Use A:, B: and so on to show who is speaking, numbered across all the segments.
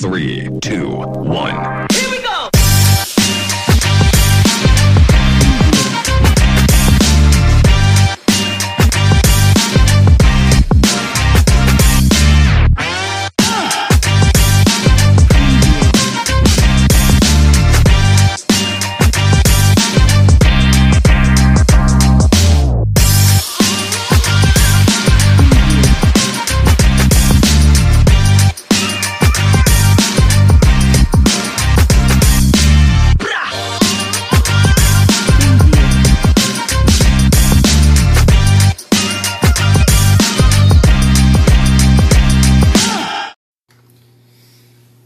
A: Three, two, one.
B: Here we go.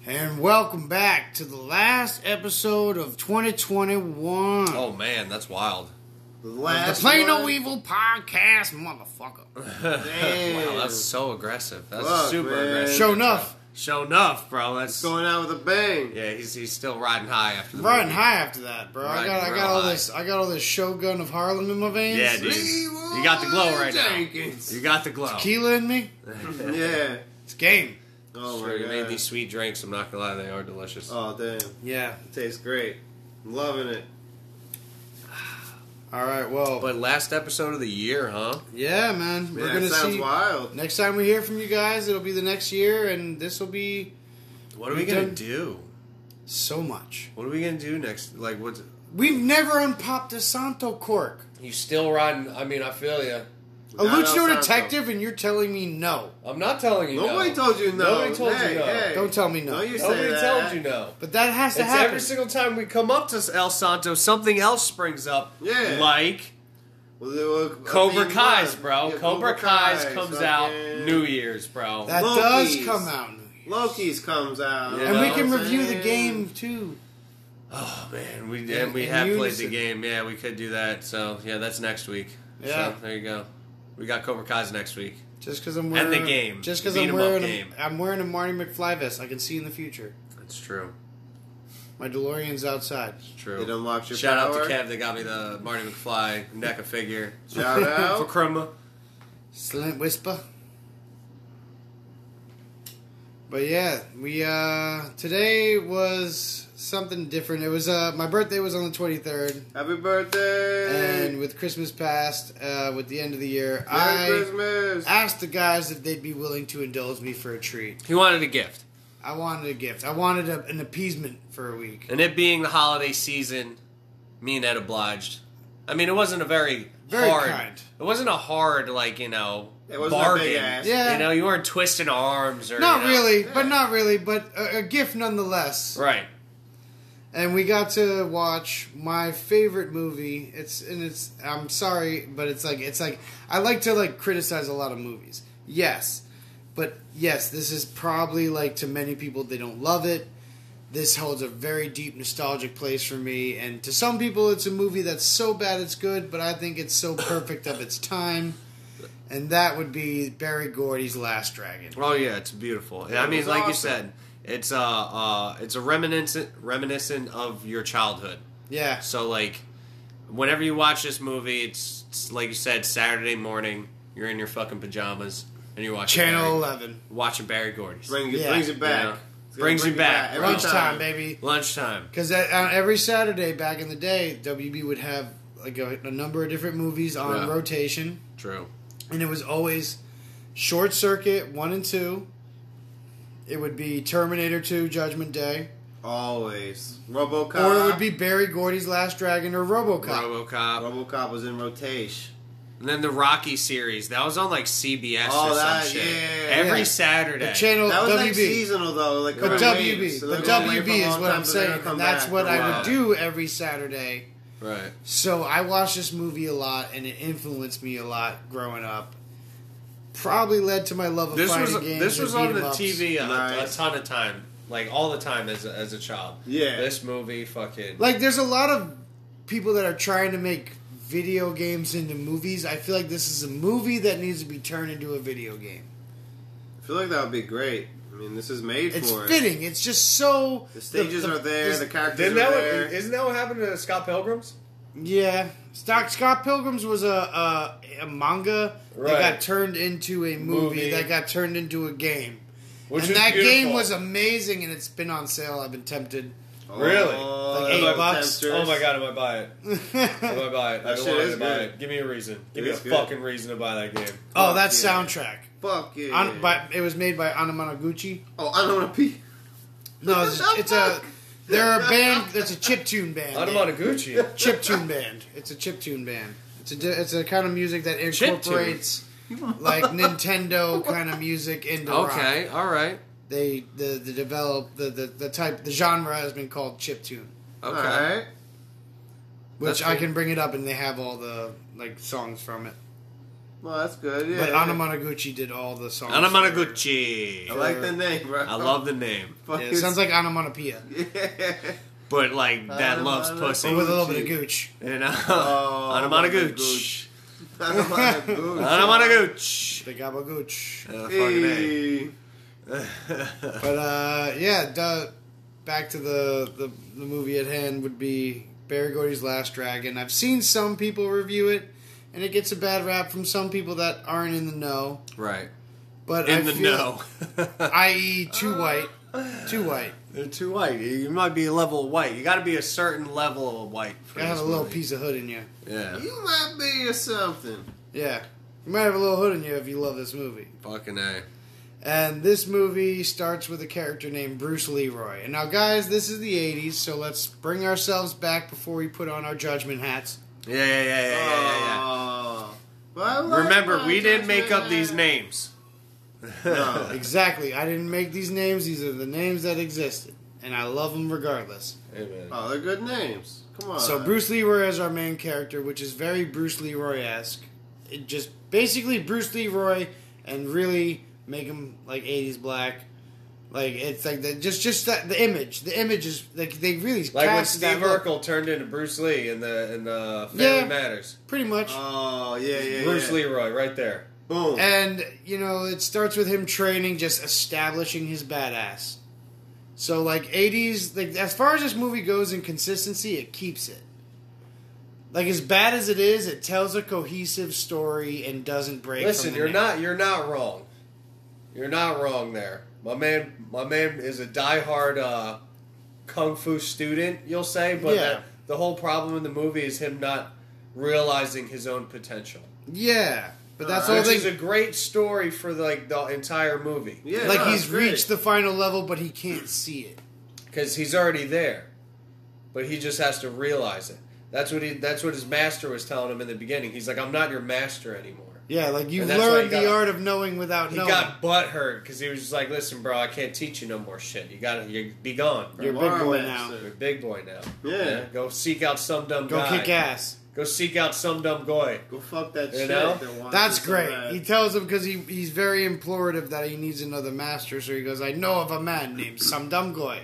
C: And welcome back to the last episode of 2021.
D: Oh man, that's wild.
E: The
C: the
E: last
C: Play No
E: one.
C: Evil podcast, motherfucker.
D: Wow,
C: Yeah.
D: that's so aggressive. That's
E: Fuck,
D: super
E: man.
D: aggressive.
C: Show enough.
D: Show enough, bro. That's
E: Going out with a bang.
D: yeah. He's he's still riding high after the
C: Riding
D: movie.
C: high after that, bro. I
D: Riding
C: got I
D: real
C: got all
D: high.
C: this I got all this Shogun of Harlem in my veins.
D: Yeah, dude. You got the glow right
E: Jenkins.
D: now. You got the glow.
C: Tequila in me.
E: Yeah.
C: It's game.
E: Oh
D: Sure,
E: my
D: you
E: god.
D: made these sweet drinks. I'm not gonna lie, they are delicious.
E: Oh damn.
C: Yeah.
E: tastes great. I'm loving it.
C: All right. Well.
D: But last episode of the year, huh?
C: yeah, man.
E: Man,
C: We're gonna
E: that sounds
C: see.
E: wild.
C: Next time we hear from you guys, it'll be the next year, and this will be
D: What are
C: We
D: we, gonna
C: done-
D: do?
C: so much.
D: What are we gonna do next? Like, what's
C: We've never unpopped a Santo cork.
D: you still riding? I mean, I feel you.
C: A
E: Not
C: Luchador
E: outside,
C: detective, and you're telling me no.
D: I'm not telling you. no.
E: Nobody told you no.
D: Nobody told you
E: Hey,
D: no.
E: hey.
C: Don't tell me no.
E: Don't you say
D: Nobody
E: that.
D: told you no.
C: But that has to
D: It's
C: happen.
D: every single time we come up to El Santo, something else springs up.
E: Yeah.
D: Like
E: Well, there were- I
D: Cobra
E: mean,
D: Kai's,
E: one.
D: bro.
E: Yeah,
D: Cobra Kai's comes out
E: fucking-
D: New Year's, bro.
C: that
E: Loki's.
C: does come out. in New Year.
E: Loki's comes out.
D: Yeah.
C: And we
D: know
C: can
E: what I'm
C: review the
E: saying?
C: game too.
D: oh man, we and,
C: In-
D: we
C: in
D: have played
C: unison.
D: the game. Yeah, we could do that. So yeah, that's next week.
C: Yeah.
D: So, there you go. We got Cobra Kai's next week.
C: Just because I'm
D: And
C: wearing
D: the game.
C: Just
D: The
C: because I'm
D: 'em up
C: wearing
D: game.
C: a, I'm wearing a Marty McFly vest, I can see in the future.
D: That's true.
C: My DeLorean's outside.
D: It's true.
E: It unlocks your
D: Shout
E: power.
D: out to Kev that got me the Marty McFly NECA figure
E: Shout
D: for
E: out.
D: Chroma.
C: Silent whisper. But yeah, we uh today was something different. It was uh my birthday was on the 23rd,
E: Happy birthday.
C: and with Christmas past, uh, with the end of the year, I
E: Merry Christmas.
C: asked the guys if they'd be willing to indulge me for a treat.
D: He wanted a gift,
C: I wanted a gift. I wanted a, an appeasement for a week.
D: and it being the holiday season, me and Ed obliged. I mean, it wasn't a very
C: Very
D: hard.
C: kind.
D: It wasn't a hard like you know
E: It wasn't a
D: bargain.
E: big ass.
C: Yeah.
D: You know, you weren't twisting arms or
C: Not
D: you know-
C: really, but not really, but a, a gift nonetheless.
D: Right.
C: And we got to watch my favorite movie. It's and it's. I'm sorry, but it's like it's like I like to like criticize a lot of movies. Yes, but yes, this is probably like to many people they don't love it. This holds a very deep nostalgic place for me, and to some people, it's a movie that's so bad it's good. But I think it's so perfect of its time, and that would be Barry Gordy's Last Dragon.
D: Oh yeah, it's beautiful. I
E: it
D: mean,
E: was
D: like you
E: awesome.
D: said, it's uh, uh it's a reminiscent reminiscent of your childhood.
C: Yeah,
D: So like, whenever you watch this movie, it's, it's like you said, Saturday morning. You're in your fucking pajamas and you're watching
C: Channel
D: Barry,
C: Eleven,
D: watching Barry Gordy's
E: Bring,
C: Yeah.
E: Brings it back.
D: Yeah.
E: It's gonna
D: Brings
E: bring
D: you back.
E: every
C: lunchtime, baby.
D: lunchtime.
C: Because on uh, every Saturday back in the day, WB would have like a, a number of different movies on
D: Yeah.
C: rotation,
D: True.
C: and it was always Short Circuit one and two. It would be Terminator Two, Judgment Day,
E: Always. RoboCop.
C: or it would be Barry Gordy's Last Dragon or RoboCop.
D: RoboCop.
E: RoboCop was in rotation.
D: And then the Rocky series that was on like CBS or
E: Oh,
D: some
E: that-
D: shit.
E: yeah,
D: Every
C: yeah.
D: Saturday.
C: The channel
E: That was
C: WB.
E: like seasonal though, like
C: the
E: coming
C: WB,
E: waves. So
C: the
E: they're gonna play for a
C: WB is
E: long
C: what
E: time,
C: I'm
E: but they're gonna
C: saying.
E: come
C: and that's
E: back
C: what
E: for a
C: I
D: while.
C: would do every Saturday.
D: Right.
C: So I watched this movie a lot, and it influenced me a lot growing up. Probably led to my love of
D: This
C: fighting
D: was
C: games.
D: this
C: and
D: was on
C: beat 'em
D: the
C: ups.
D: TV a, a
E: Nice.
D: ton of time, like all the time as a, as a child.
E: Yeah.
D: This movie, fucking.
C: Like, there's a lot of people that are trying to make video games into movies. I feel like this is a movie that needs to be turned into a video game.
E: I feel like that would be great. I mean, this is made
C: It's
E: for it.
C: fitting. It's just so.
E: The stages are there. The characters
D: Didn't
E: are
D: that what,
E: there.
D: isn't that what happened to Scott Pilgrim's?
C: Yeah. Stock, Scott Pilgrim's was a a, a manga
D: Right.
C: that got turned into a movie,
D: Movie.
C: that got turned into a game.
D: Which
C: and
D: is
C: that
D: beautiful.
C: game was amazing, and it's been on sale. I've been tempted.
D: Really?
E: Oh,
C: Like eight
E: that's
C: bucks?
E: tempters.
D: Oh my god, I might buy it.
C: Oh,
D: I might buy it. I
E: That
D: don't
E: shit
D: want
E: is
D: to buy
E: good.
D: it. Give me a reason. Give me a
E: is good.
D: fucking reason to buy that game.
C: Oh, that
E: yeah.
C: soundtrack.
E: Fuck yeah.
C: On, by, it was made by Anamanaguchi.
E: oh, I don't want to pee.
C: No, it's,
E: What the
C: it's a.
E: fuck?
C: They're a band. That's a chiptune band.
D: Anamanaguchi.
C: chiptune band. It's a chiptune band. It's a di- it's a kind of music that incorporates like Nintendo kind of music into rock.
F: Okay, all right,
C: They the the develop the, the the type the genre has been called chiptune,
F: okay.
E: All right.
C: which
F: That's
C: I
F: cool.
C: can bring it up and they have all the like songs from it.
E: Well, that's good. Yeah.
C: But
E: yeah.
C: Anamanaguchi did all the songs.
E: I
F: Anamanaguchi.
E: like the name, bro.
F: I love the name,
C: for
E: Fuck
C: it. Yeah, it sounds like Onomatopoeia,
E: Yeah.
F: but like that loves
E: Anamanaguchi.
F: pussy.
C: but with a little bit of
E: Gucci.
C: gooch.
F: You know,
E: Oh,
F: Anamanaguchi.
E: I don't want to gooch.
F: Anamanaguchi.
C: The gabba gooch.
F: Uh, fucking A.
E: Hey.
C: But uh, yeah, duh, back to the, the the movie at hand would be Barry Gordy's Last Dragon. I've seen some people review it, and it gets a bad rap from some people that aren't in the know.
F: Right.
C: But
F: In
C: I
F: the
C: feel-
F: know.
C: i.e., too white, too white.
F: They're too white. You might be a level of white. You got to be a certain level of white. For
C: Gotta have
F: this
C: a little
F: movie.
C: piece of hood in you.
F: Yeah.
E: You might be or something.
C: Yeah, you might have a little hood in you if you love this movie.
F: Fucking a.
C: And this movie starts with a character named Bruce Leroy. And now, guys, this is the '80s, so let's bring ourselves back before we put on our judgment hats.
F: Yeah, yeah, yeah, yeah, yeah, yeah. yeah.
E: Oh. But I like
F: Remember,
E: my
F: we didn't make up
E: judgment.
F: these names.
E: No.
C: Exactly. I didn't make these names. These are the names that existed, and I love them regardless.
E: Oh, they're good names. Come on.
C: So Bruce Leroy is our main character, which is very Bruce Leroy esque. It just basically Bruce Leroy, and really make him like '80s black. Like it's like the, just just that, the image. The image is like they really
D: Like when
C: cast that
D: Steve
C: look,
D: Urkel turned into Bruce Lee in the in the Family
C: Yeah.
D: Matters.
C: pretty much.
E: Oh yeah, yeah.
D: Bruce
E: yeah.
D: Leroy, right there.
E: Boom.
C: And you know, it starts with him training, just establishing his badass. So like '80s, like as far as this movie goes in consistency, it keeps it. Like as bad as it is, it tells a cohesive story and doesn't break.
D: Listen,
C: from the
D: you're
C: narrative.
D: not you're not wrong. You're not wrong there. My man my man is a diehard uh kung fu student, you'll say, but
C: Yeah.
D: that- the whole problem in the movie is him not realizing his own potential.
C: Yeah, but that's all.
D: Which
C: They,
D: Uh, is a great story for like the entire movie.
E: yeah,
C: like
E: no,
C: he's
E: it's great.
C: reached the final level, but he can't see it.
D: because he's already there, but he just has to realize it. That's what he. That's what his master was telling him in the beginning. He's like, "I'm not your master anymore."
C: Yeah, like you
D: And that's why
C: learn
D: he
C: the
D: got-
C: art of knowing without
D: He
C: knowing.
D: got butt hurt because he was just like, "Listen, bro, I can't teach you no more shit. You got to you be gone. Bro.
C: you're
D: You're,
C: a
E: Tomorrow,
C: big boy
E: man,
C: now.
E: so-
D: a big boy now.
E: Yeah.
D: go seek out some dumb
C: Go
D: guy.
C: kick ass.
D: Go seek out some dumb guy.
E: Go fuck that
D: You
E: shit.
D: know?
E: that wants
C: That's
E: it so
C: great.
E: bad.
C: He tells him because he, he's very implorative that he needs another master. So he goes, I know of a man named Some Dumb Goy.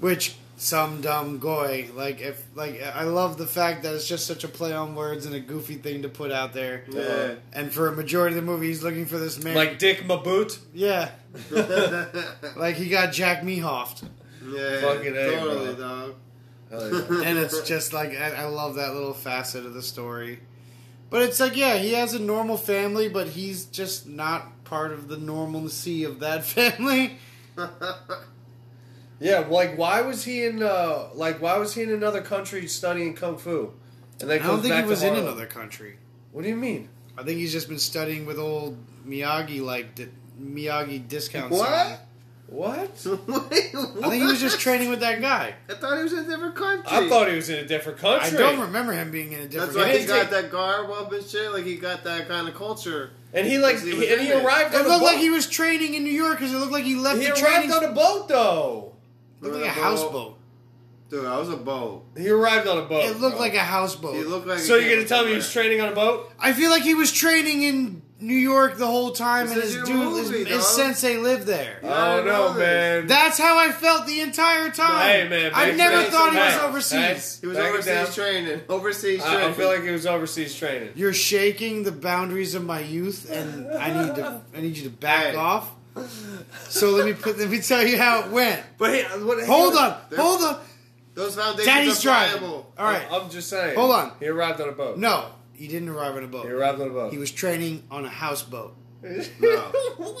C: Which, Some Dumb Goy. Like, if, like, I love the fact that it's just such a play on words and a goofy thing to put out there.
E: Yeah.
C: And for a majority of the movie, he's looking for this man.
D: Like Dick Maboot.
C: yeah. like, he got Jack Mehoffed.
E: yeah.
D: Fucking A, bro.
E: totally, dog.
C: and it's just like I, I love that little facet of the story. But it's like, yeah, he has a normal family, but he's just not part of the normalcy of that family.
D: Yeah, like why was he in? Uh, like why was he in another country studying kung fu? And then
C: I don't
D: comes
C: think
D: back
C: he
D: to
C: was in
D: Harlem.
C: another country.
D: What do you mean?
C: I think he's just been studying with old Miyagi, like di- Miyagi discount.
E: What?
C: sign.
D: What?
E: Wait,
C: I think he was just training with that guy.
E: I thought he was in a different country.
D: I thought he was in a different country.
C: I don't remember him being in a different.
E: That's why he
D: He
E: got
D: didn't
E: that garb up and shit. Like he got that kind of culture.
D: And he like
E: Because he
D: he
E: was
D: and he
E: in it.
D: arrived
C: it
D: on a
C: looked
D: boat.
C: like he was training in New York because it looked like he left
D: he
C: the
D: arrived
C: training.
D: on a boat though.
C: looked like a houseboat.
E: Dude, I was a boat.
D: He arrived on a boat.
C: It looked
D: bro.
C: like a houseboat.
E: He looked like.
D: So
E: a
D: you're gonna
E: kid
D: tell me he was training on a boat?
C: I feel like he was training in New York the whole time,
E: This
C: and his
E: is your
C: dude, his,
E: movie,
C: his
E: dog.
C: sensei lived there.
D: I don't know,
E: know
D: Oh, man.
C: That's how I felt the entire time.
D: hey man,
C: I
D: back
C: never
D: down.
C: thought he was
D: Hey,
C: overseas.
D: hey,
E: He was
D: back it
E: overseas
D: down.
E: training. Overseas
D: I,
E: training.
D: I feel like he was overseas training.
C: You're shaking the boundaries of my youth, and I need to. I need you to back
E: Hey.
C: off. So let me put. Let me tell you how it went.
F: But hey, what,
C: Hold on,
E: There-
C: hold on.
E: those foundations
C: Daddy's
E: are
C: driving.
E: pliable.
C: All right.
D: I'm just saying.
C: Hold on.
D: He arrived on a boat.
C: No, he didn't arrive on a
D: He
C: boat.
D: arrived on a boat.
C: He was training on a houseboat.
E: No.
D: what?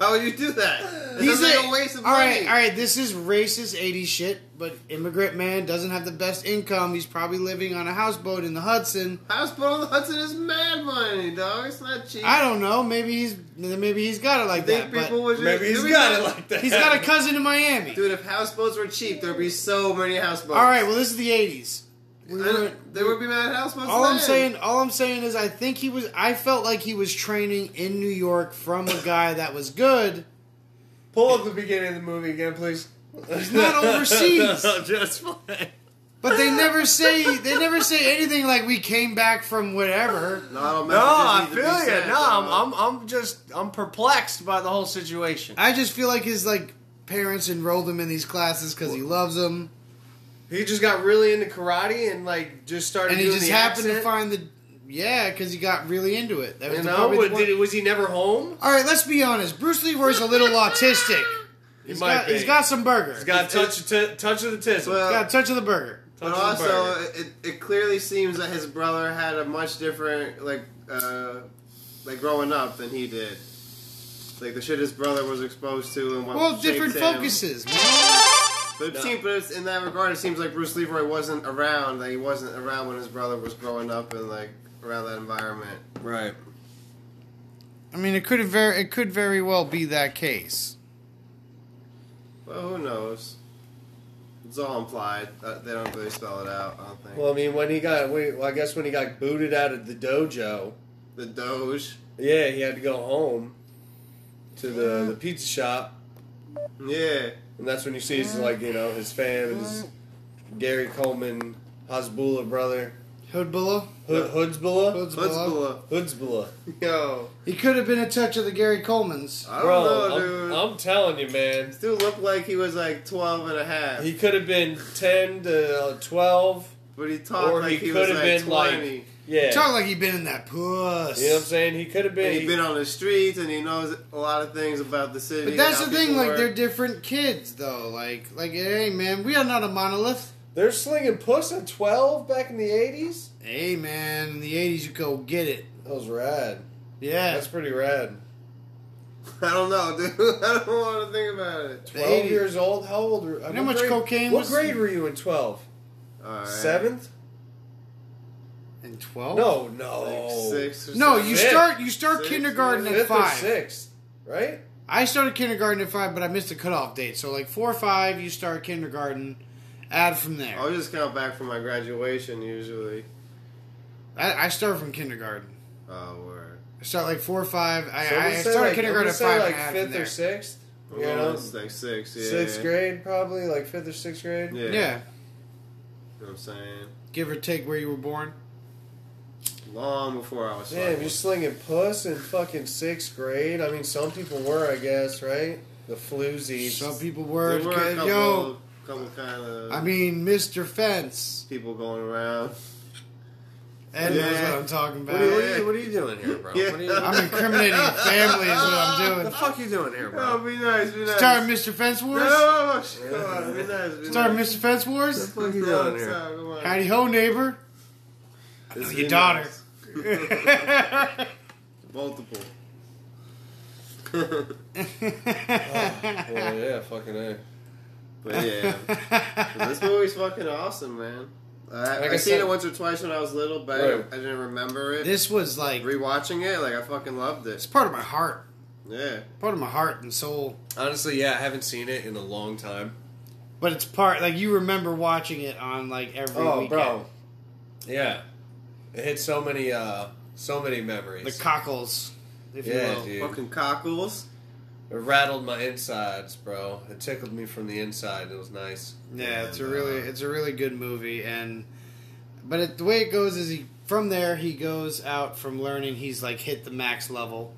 E: Why would you do that? That
C: He's
E: sounds like
C: a-
E: a waste of
C: all
E: money.
C: right, all right. This is racist '80s shit. But immigrant man doesn't have the best income. He's probably living on a houseboat in the Hudson.
E: Hospital on the Hudson is mad money, dog. It's not cheap.
C: I don't know. Maybe he's maybe he's got it like that.
E: think people
C: But
E: would
D: Maybe he's
E: Dude,
D: got it like that.
C: he's got a cousin in Miami.
E: Dude, if houseboats were cheap, there'd be so many houseboats.
C: All right. Well, this is the '80s. We
E: I
C: were,
E: don't- there would be mad houseboats.
C: all I'm
E: then.
C: saying, all I'm saying is, I think he was. I felt like he was training in New York from a guy that was good.
D: Pull up the beginning of the movie again, please. He's
C: not overseas.
F: just play.
C: But they never say they never say anything like we came back from whatever.
E: No, I, don't
F: No, I
E: messages need
F: feel
E: to be
F: you.
E: sent,
F: No,
E: dog.
F: I'm, I'm, I'm just, I'm perplexed by the whole situation.
C: I just feel like his like parents enrolled him in these classes because he loves them,
D: he just got really into karate and like just started.
C: and he
D: doing
C: just
D: the
C: happened to
D: accent.
C: find the yeah because he got really into it. That was
D: You
C: the
D: know,
C: probably the
D: was,
C: one-
D: did, was he never home?
C: All right, let's be honest. Bruce Lee was a little autistic.
D: He
C: He's
D: might
C: got,
D: be.
C: he's got some burger. He's
D: He's
C: got,
D: got touch, t- touch of the tits.
E: Well,
C: a touch of the burger.
E: But also, it, it clearly seems that his brother had a much different like uh, like growing up than he did. Like the shit his brother was exposed to
D: Oh,
E: and what
C: Well,
E: shaped
C: different
E: him.
C: focuses.
E: But it seems, but it's, in that regard, it seems like Bruce Leroy wasn't around. That he wasn't around when his brother was growing up and like around that environment.
D: right.
C: I mean, it could have very it could very well be that case.
E: Well, who knows? It's all implied. Uh, They don't really spell it out. I don't think
D: Well, I mean, when he got, we- well, I guess when he got booted out of the dojo,
E: the Doge.
D: yeah, he had to go home to the, the pizza shop,
E: Yeah.
D: and that's when you see his like you know his fam, his Gary Coleman, Hasbullah brother,
C: Hoodbullah.
D: Hood, Hoodsbullah,
C: Hoodsbullah.
E: Hoodsbilla.
D: Hoodsbullah.
E: Yo,
C: He could have been a touch of the Gary Coleman's.
E: I don't
D: Bro,
E: know,
D: I'm-
E: dude.
D: I'm, telling you, man,
E: This dude looked like he was like 12 and a half.
D: he could have been ten to uh, twelve.
E: but he talked
D: or
E: like
D: he
E: he,
D: could
E: was
D: have
E: like
D: been,
E: 20.
D: like- Yeah,
C: Talk like he been in that puss.
D: you know what I'm saying. He could have
E: and
D: been.
E: he's been on the streets and he knows a lot of things about the city.
C: But
E: and
C: that's
E: how
C: the thing,
E: people
C: like
E: work.
C: they're different kids though. Like like hey man, we are not a monolith.
D: they're slinging puss at twelve back in the '80s.
C: Hey man, in the eighties you go get it.
D: That was rad.
C: Yeah.
D: That's pretty rad.
E: I don't know, dude. I don't want to think about it.
D: 12
C: 80.
D: years old? How old were I mean,
C: how much
D: grade-
C: cocaine
D: What
C: was-
D: grade were you in 12?
E: All
F: Uh,
E: right.
D: Seventh?
C: and twelve?
D: No,
E: Like
D: no.
E: six or
C: No,
E: seven.
C: you
D: Fifth.
C: start you start
E: Sixth,
C: kindergarten
D: Fifth
C: at
D: or
C: five.
D: sixth, right?
C: I started kindergarten at five, but I missed the cutoff date. So like four or five you start kindergarten, add from there.
D: Oh,
E: I'll just count back from my graduation usually.
C: I, I start from kindergarten.
E: Oh, word.
C: I start like four or five. I,
D: So I'm
C: I
D: gonna say
C: started
D: like-
C: kindergarten
D: I'm
C: at
D: gonna
C: five. and
D: say like
C: add from
D: fifth
C: there.
D: or sixth. You
E: Well,
D: know,
E: it's like six, yeah.
D: sixth grade probably, like fifth or sixth grade.
E: Yeah.
C: Yeah.
E: You know what I'm saying?
C: Give or take where you were born.
E: Long before I was
D: Damn,
E: fucking.
D: you're slinging puss in fucking sixth grade. I mean, some people were, I guess, right? The floozies.
C: Some people
E: There
C: were,
E: were a couple,
C: yo.
E: couple kind of
C: I mean, Mr. Fence.
E: people going around.
C: Ed
E: Yeah.
C: knows what I'm talking
F: What are, you, what,
C: about.
F: are you, what are you doing here, bro? What are you,
E: Yeah.
C: I'm incriminating family is what I'm
F: the
C: doing.
F: fuck you doing here,
E: Oh,
F: bro?
E: be nice, be nice.
C: Start Mr. Fence
E: No,
C: Wars.
E: no, no, no, come on, be nice, be
C: Start
E: nice.
C: Mr. Fence Wars.
E: Fuck
F: you doing
E: the dog
F: here?
E: style, come on.
C: Howdy ho, neighbor.
E: This is
C: your
E: in
C: daughter.
E: house. Multiple.
D: Oh, yeah, fucking A.
E: But yeah, this movie's fucking awesome, man. I,
D: Like
E: I,
D: I
E: seen
D: said-
E: it once or twice when I was little, but I,
D: Right.
E: didn't, I didn't remember it.
C: this was like
E: Rewatching it, like I fucking loved
C: it's
E: it.
C: part of my heart,
E: Yeah,
C: part of my heart and soul.
F: Honestly, yeah, I haven't seen it in a long time.
C: But it's part like you remember watching it on like every
D: Oh,
C: weekend.
D: bro. Yeah. It hit so many, uh, so many
C: The
D: memories.
C: cockles, if you
D: yeah,
C: will.
D: dude.
E: fucking cockles.
D: It rattled my insides, bro. It tickled me from the inside. It was nice.
C: Yeah, it's a
E: And,
C: really
E: uh,
C: it's a really good movie, and but it, the way it goes is he from there he goes out from learning he's like hit the max level.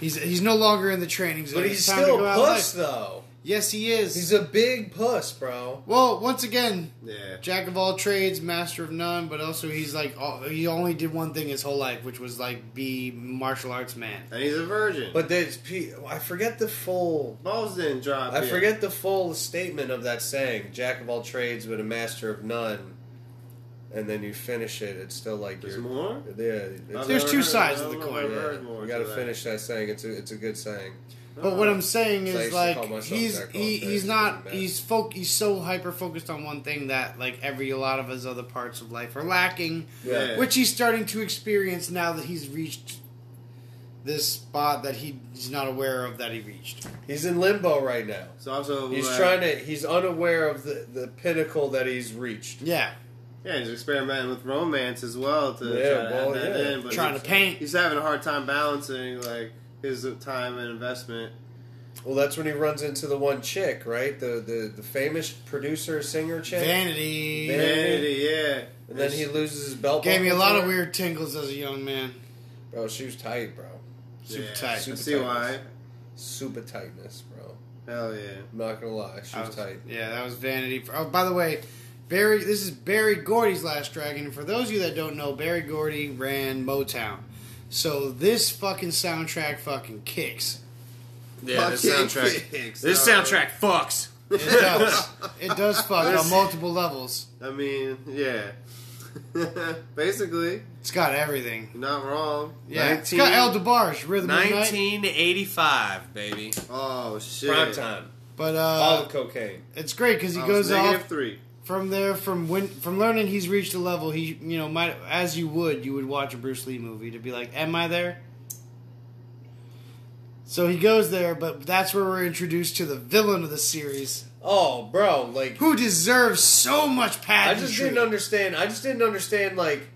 C: He's he's no longer in the training zone.
D: But
C: It's
D: he's
C: time to
D: still
C: go
D: a
C: out
D: puss,
C: life.
D: though.
C: Yes, he is.
D: He's a big puss, bro.
C: well, once again,
E: Yeah,
C: jack of all trades, master of none. But also he's like all, he only did one thing his whole life, which was like be martial arts man.
E: and he's a virgin. But
D: But there's, pe- I forget the full.
E: balls didn't drop.
D: I
E: yet.
D: forget the full statement of that saying: "Jack of all trades, but a master of none." and then you finish it, it's still like
E: There's
D: you're-
E: more?
D: Yeah, it's,
E: I've
C: There's
E: never
C: two
E: heard-
C: sides
E: I
C: of the
E: don't know if
C: coin,
E: I've
D: yeah.
E: heard more
D: we got to
E: to that.
D: finish that saying. It's a, it's a good saying.
C: But what I'm saying
D: So I
C: is
D: used to
C: like
D: call myself
C: he's
D: Jack
C: he,
D: Black,
C: he's
D: but
C: not
D: man.
C: he's folk he's so hyper focused on one thing that like every a lot of his other parts of life are lacking,
E: Yeah.
C: which he's starting to experience now that he's reached this spot that he, he's not aware of that he reached.
D: He's in limbo right now.
E: It's also
D: He's
E: uh,
D: trying to. He's unaware of the, the pinnacle that he's reached.
C: Yeah,
E: Yeah, he's experimenting with romance as well to
D: Yeah,
E: try to
D: well,
E: add that
D: yeah.
E: in. But
C: trying to
E: he's,
C: paint.
E: he's having a hard time balancing like his time and investment.
D: Well, that's when he runs into the one chick, right? The the, the famous producer singer chick.
C: Vanity
D: Vanity.
E: Vanity, yeah.
D: and then he loses his belt.
C: gave me a
D: buckle
C: lot
D: to
C: of
D: her.
C: weird tingles as a young man.
D: Bro, she was tight, bro.
C: Super
E: yeah,
C: tight.
E: I
D: Super
E: see
D: tight.
E: why.
D: Super tightness, bro.
E: Hell yeah.
D: I'm not gonna lie, she
C: I
D: was,
C: was-
D: tight.
C: Yeah, that was Vanity. Oh, by the way, Barry. This is Barry Gordy's Last Dragon. For those of you that don't know, Barry Gordy ran Motown, so this fucking soundtrack fucking kicks.
F: Yeah, this
E: Fucking
F: soundtrack.
E: kicks,
F: This
E: dog.
F: soundtrack fucks.
C: It does. it does fuck on multiple levels.
E: I mean, yeah. Basically,
C: It's got everything.
E: you're not wrong.
C: Yeah, it's got El DeBarge, Rhythm of the Night.
F: 1985, baby.
E: Oh shit.
D: Prime time.
C: But
D: All
C: uh,
D: the cocaine.
C: it's great because he
E: I was
C: goes
E: negative
C: off
E: three.
C: from there from when from learning he's reached a level he you know might as you would you would watch a Bruce Lee movie to be like am I there? So he goes there, but that's where we're introduced to the villain of the series
D: Oh, bro, like
C: who deserves so much
D: I
C: pageantry.
D: just didn't understand. I just didn't understand like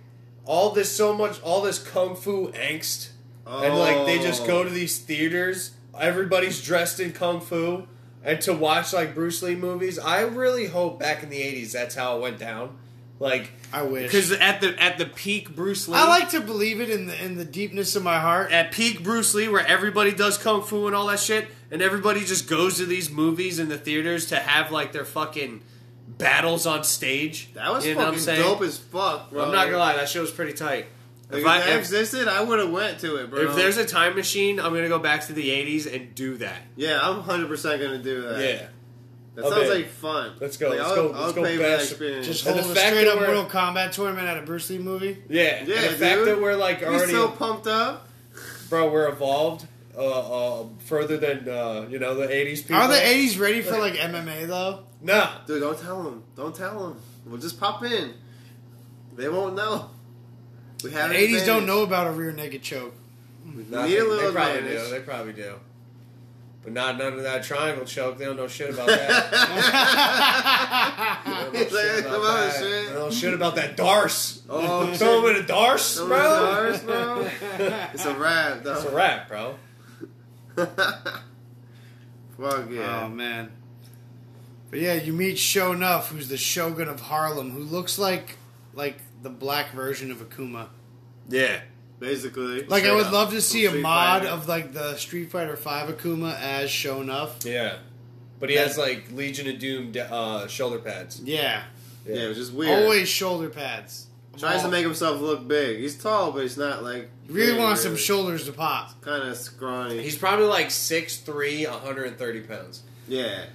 D: all this so much, all this kung fu angst, and like they just go to these theaters. Everybody's dressed in kung fu, and to watch like Bruce Lee movies. I really hope back in the '80s that's how it went down. Like
C: I wish.
F: Because at the at the peak Bruce Lee,
C: I like to believe it in the in the deepness of my heart.
F: at peak Bruce Lee, where everybody does kung fu and all that shit, and everybody just goes to these movies in the theaters to have like their fucking battles on stage.
E: That was
F: You know what I'm
E: fucking
F: saying?
E: dope as fuck, bro.
F: I'm not gonna lie, that shit was pretty tight.
E: Like,
F: If,
E: if
F: I,
E: that
F: if,
E: existed, I would have went to it, bro.
F: if there's a time machine, I'm gonna go back to the '80s and do that.
E: yeah, I'm 100 percent gonna do that. that sounds
D: Okay.
E: like fun.
D: Let's go,
E: Like,
D: let's
E: I'll,
D: go, let's
E: I'll
D: go
E: pay for that
D: bash-
E: experience.
C: Just
D: And
C: hold
D: the
C: a
D: fact
C: straight
D: that
C: up
D: we're-
C: Mortal Kombat tournament at a Bruce Lee movie.
D: yeah,
E: yeah,
D: yeah. And the fact
E: dude.
D: that we're like already
E: we so pumped up.
D: bro, we're evolved uh, uh, further than uh, you know the '80s people.
C: Are the '80s ready for like MMA though?
D: Nah,
E: Dude, don't tell them. Don't tell them. We'll just pop in. They won't know. We
C: The
E: have an
C: '80s don't
E: advantage.
C: know about a rear naked choke.
E: We need
D: Nah,
E: a
D: they- they
E: little
D: probably do.
E: advantage.
D: They probably do. But not none of that triangle choke. They don't know shit about that. they don't know shit
E: Come
D: about
E: on,
D: that.
E: shit.
D: They don't know shit about that darce.
E: Oh,
D: Throw him in a darce,
C: Oh
E: Those
D: bro.
E: bars, bro. it's a wrap, though.
D: That's a wrap, bro.
E: Fuck yeah.
C: Oh man. But yeah, you meet Shonuff, who's the Shogun of Harlem, who looks like like the black version of Akuma.
F: Yeah.
E: Basically.
C: Like I
E: Straight
C: would
E: up.
C: love to see a
E: Street
C: mod
E: Fighter.
C: of like the Street Fighter Five Akuma as Shonuff.
D: Yeah. But he has like Legion of Doom uh, shoulder pads.
C: Yeah,
E: Yeah, it was just weird.
C: always shoulder pads.
E: Tries to
C: All-
E: make himself look big. He's tall, but he's not like.
C: really wants some shoulders to pop.
E: Kind of scrawny.
D: He's probably like 6'3", 130 pounds.
E: yeah.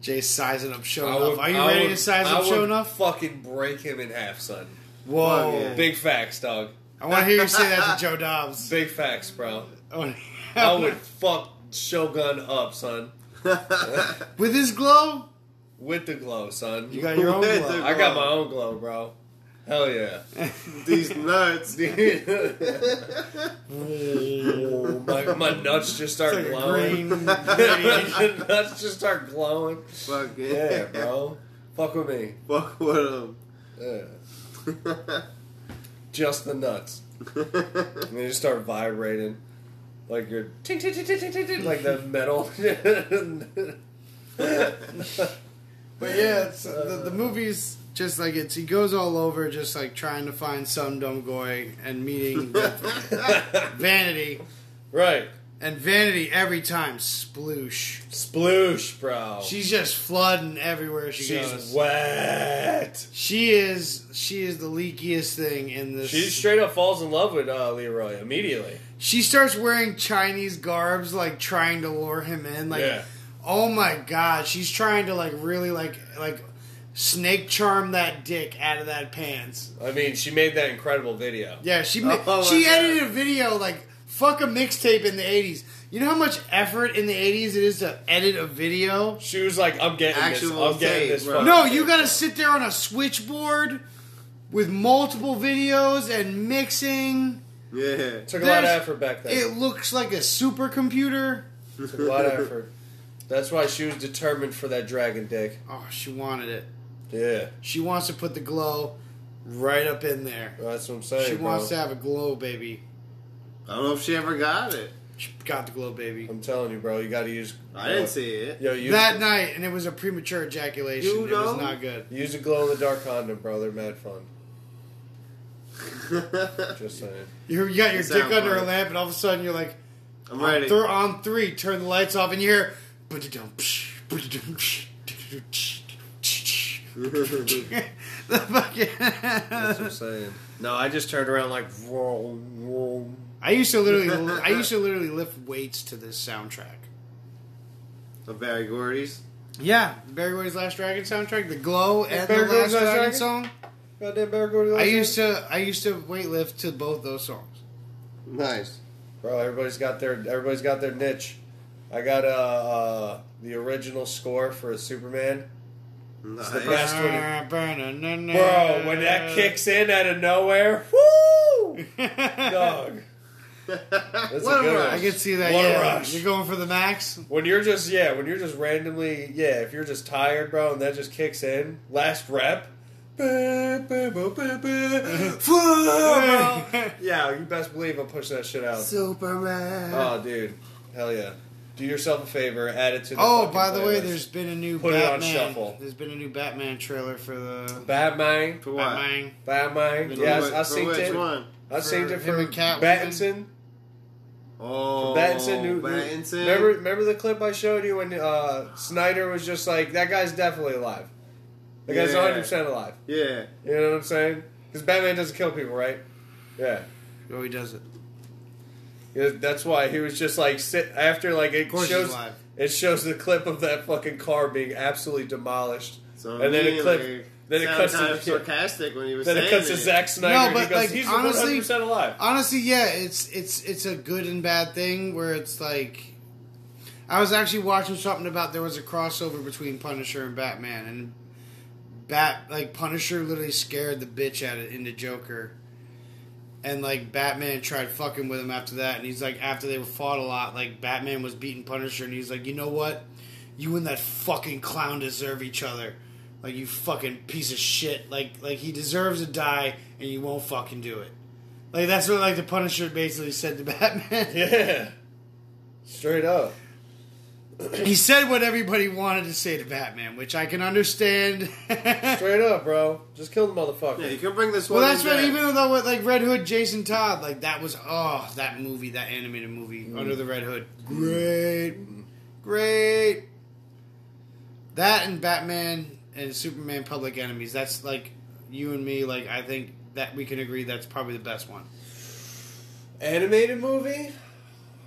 C: Jay's sizing up
D: I
C: Shonuff.
D: would-
C: Are you
D: I
C: ready to
D: would-
C: size
D: I
C: up
D: would
C: Shonuff?
D: Fucking break him in half, son.
C: Whoa!
E: Fuck yeah.
D: Big facts, dog.
C: I want to hear you say that to Joe Dobbs.
D: Big facts, bro.
C: I wanna-
D: I would fuck Shogun up, son.
C: With his glow,
D: With the glow, son.
C: you got your own
E: With the
C: glow.
D: I got my own glow, bro. Hell yeah.
E: These nuts.
D: my, my nuts just start
C: Like a
D: glowing.
C: green-
D: my nuts just start glowing.
E: Fuck
D: Yeah, bro. Fuck with me.
E: Fuck with him.
D: Yeah. Just the nuts. And they just start vibrating. Like you're ting, ting, ting, ting, ting, ting, ting, like that metal.
C: But yeah, it's, uh, the, the movie's just like it's. He goes all over, just like trying to find some dumb goy and meeting with Vanity,
D: right.
C: and Vanity every time sploosh.
D: Sploosh, bro.
C: She's just flooding everywhere she
D: She's
C: goes.
D: wet.
C: she is she is the leakiest thing in this.
D: She straight up falls in love with uh, Leroy immediately.
C: she starts wearing Chinese garbs, like trying to lure him in. Like,
D: Yeah.
C: oh my god, she's trying to like really like like snake charm that dick out of that pants.
D: I mean, she made that incredible video.
C: Yeah, she ma-
E: Oh, my
C: she
E: God.
C: edited a video like fuck a mixtape in the eighties. You know how much effort in the eighties it is to edit a video.
D: She was like, "I'm getting this.
E: Actual
D: I'm getting
E: tape,
D: this."
E: bro.
D: fucking
C: No,
D: tape.
C: you gotta sit there on a switchboard with multiple videos and mixing.
E: Yeah.
D: took a lot of
C: there's-
D: effort back then.
C: It looks like a supercomputer.
D: took a lot of effort. That's why she was determined for that dragon dick.
C: Oh, she wanted it.
D: Yeah,
C: She wants to put the glow right up in there.
D: that's what I'm saying.
C: She
D: bro.
C: wants to have a glow baby.
E: I don't know if she ever got it.
C: She got the glow baby.
D: I'm telling you, bro. You got to use.
E: I didn't see it.
D: Yo, use
C: That night, and it was a premature ejaculation.
E: You
C: it
E: know?
C: was not good.
D: use a glow in the dark condom, bro. They're mad fun. Just saying.
C: You you got your
E: It
C: dick
E: sound
C: under a
E: fun.
C: lamp, and all of a sudden you're like,
E: I'm
C: on,
E: ready.
C: th- on three, turn the lights off, and you hear. "Ba-da-dum-psh, ba-da-dum-psh, da-da-dum-psh, da-da-dum-psh." the fucking.
D: That's what I'm saying. No, I just turned around like. Whoa, whoa.
C: I used to literally, I used to literally lift weights to this soundtrack.
E: The Barry Gordy's.
C: Yeah, Barry White's Last Dragon soundtrack, the Glow, and
D: Barry
C: the Last
D: White's Last
C: Dragon,
D: Dragon?
C: song.
D: Goddamn better go to the
C: I used to, I used to weightlift to both those songs.
E: Nice.
D: Bro, everybody's got their everybody's got their niche. I got uh, uh the original score for Superman.
E: Nice.
D: the best. That's what Bro,
C: Bro,
D: when that kicks in out of nowhere, woo, dog. That's
E: What a
D: a good
E: rush.
D: one.
C: I can see that.
D: What a
C: yeah.
D: rush.
C: You're going for the max.
D: When you're just yeah, when you're just randomly yeah, if you're just tired, bro, and that just kicks in last rep. ba- ba- ba- ba- ba- fuck, bro. Yeah, you best believe I'll push that shit out.
E: Superman.
D: Oh, dude, hell yeah. Do yourself a favor, add it to. the
C: Oh,
D: fucking
C: by the way,
D: playlist.
C: there's been a new
D: Put it on
C: Batman.
D: shuffle.
C: There's been a new Batman trailer for the
D: Batman.
E: for what?
C: Batman.
D: Batman.
E: For
D: Yes,
E: whi-
D: I
E: for
D: seen
E: which
D: it.
E: one?
D: I seen
C: For
D: it
C: him
D: for
C: and Catwoman?
D: Battinson.
E: Oh,
D: Battinson. who- who-
E: Battinson.
D: Remember, remember the clip I showed you when uh, Snyder was just like, "That guy's definitely alive. That guy's
E: Yeah.
D: 100 percent alive."
E: Yeah.
D: You know what I'm saying? Because Batman doesn't kill people, right? Yeah.
C: Oh, he does it.
D: Yeah, That's why he was just like sit after like it
C: Of course he's
D: shows
C: alive.
D: it shows the clip of that fucking car being absolutely demolished,
E: So
D: and then
E: mean,
D: it clip,
E: like,
D: then it
E: sound
D: cuts
E: kind of
D: to
E: sarcastic when he was
D: then it
E: saying
D: cuts to
E: it.
D: Zack Snyder.
C: No,
D: and he
C: but,
D: goes,
C: like,
D: he's
C: honestly-
D: 100% alive.
C: Honestly, yeah, it's it's it's a good and bad thing where it's like I was actually watching something about there was a crossover between Punisher and Batman and Bat like Punisher literally scared the bitch out of into Joker. And like Batman tried fucking with him after that and he's like after they were fought a lot, like Batman was beating Punisher and he's like, You know what? You and that fucking clown deserve each other. Like you fucking piece of shit. Like like he deserves to die and you won't fucking do it. Like that's what like the Punisher basically said to Batman.
D: Yeah. Straight up.
C: he said what everybody wanted to say to Batman, which I can understand. well,
D: Straight up, bro. Just kill the motherfucker.
E: Yeah, you can bring this one.
C: that's
E: in
C: what
E: back.
C: even though with like Red Hood, Jason Todd, like that was oh that movie, that animated movie
D: Mm.
C: Under the Red Hood, great, great. That and Batman and Superman, Public Enemies. That's like you and me. Like I think that we can agree that's probably the best one.
D: Animated movie?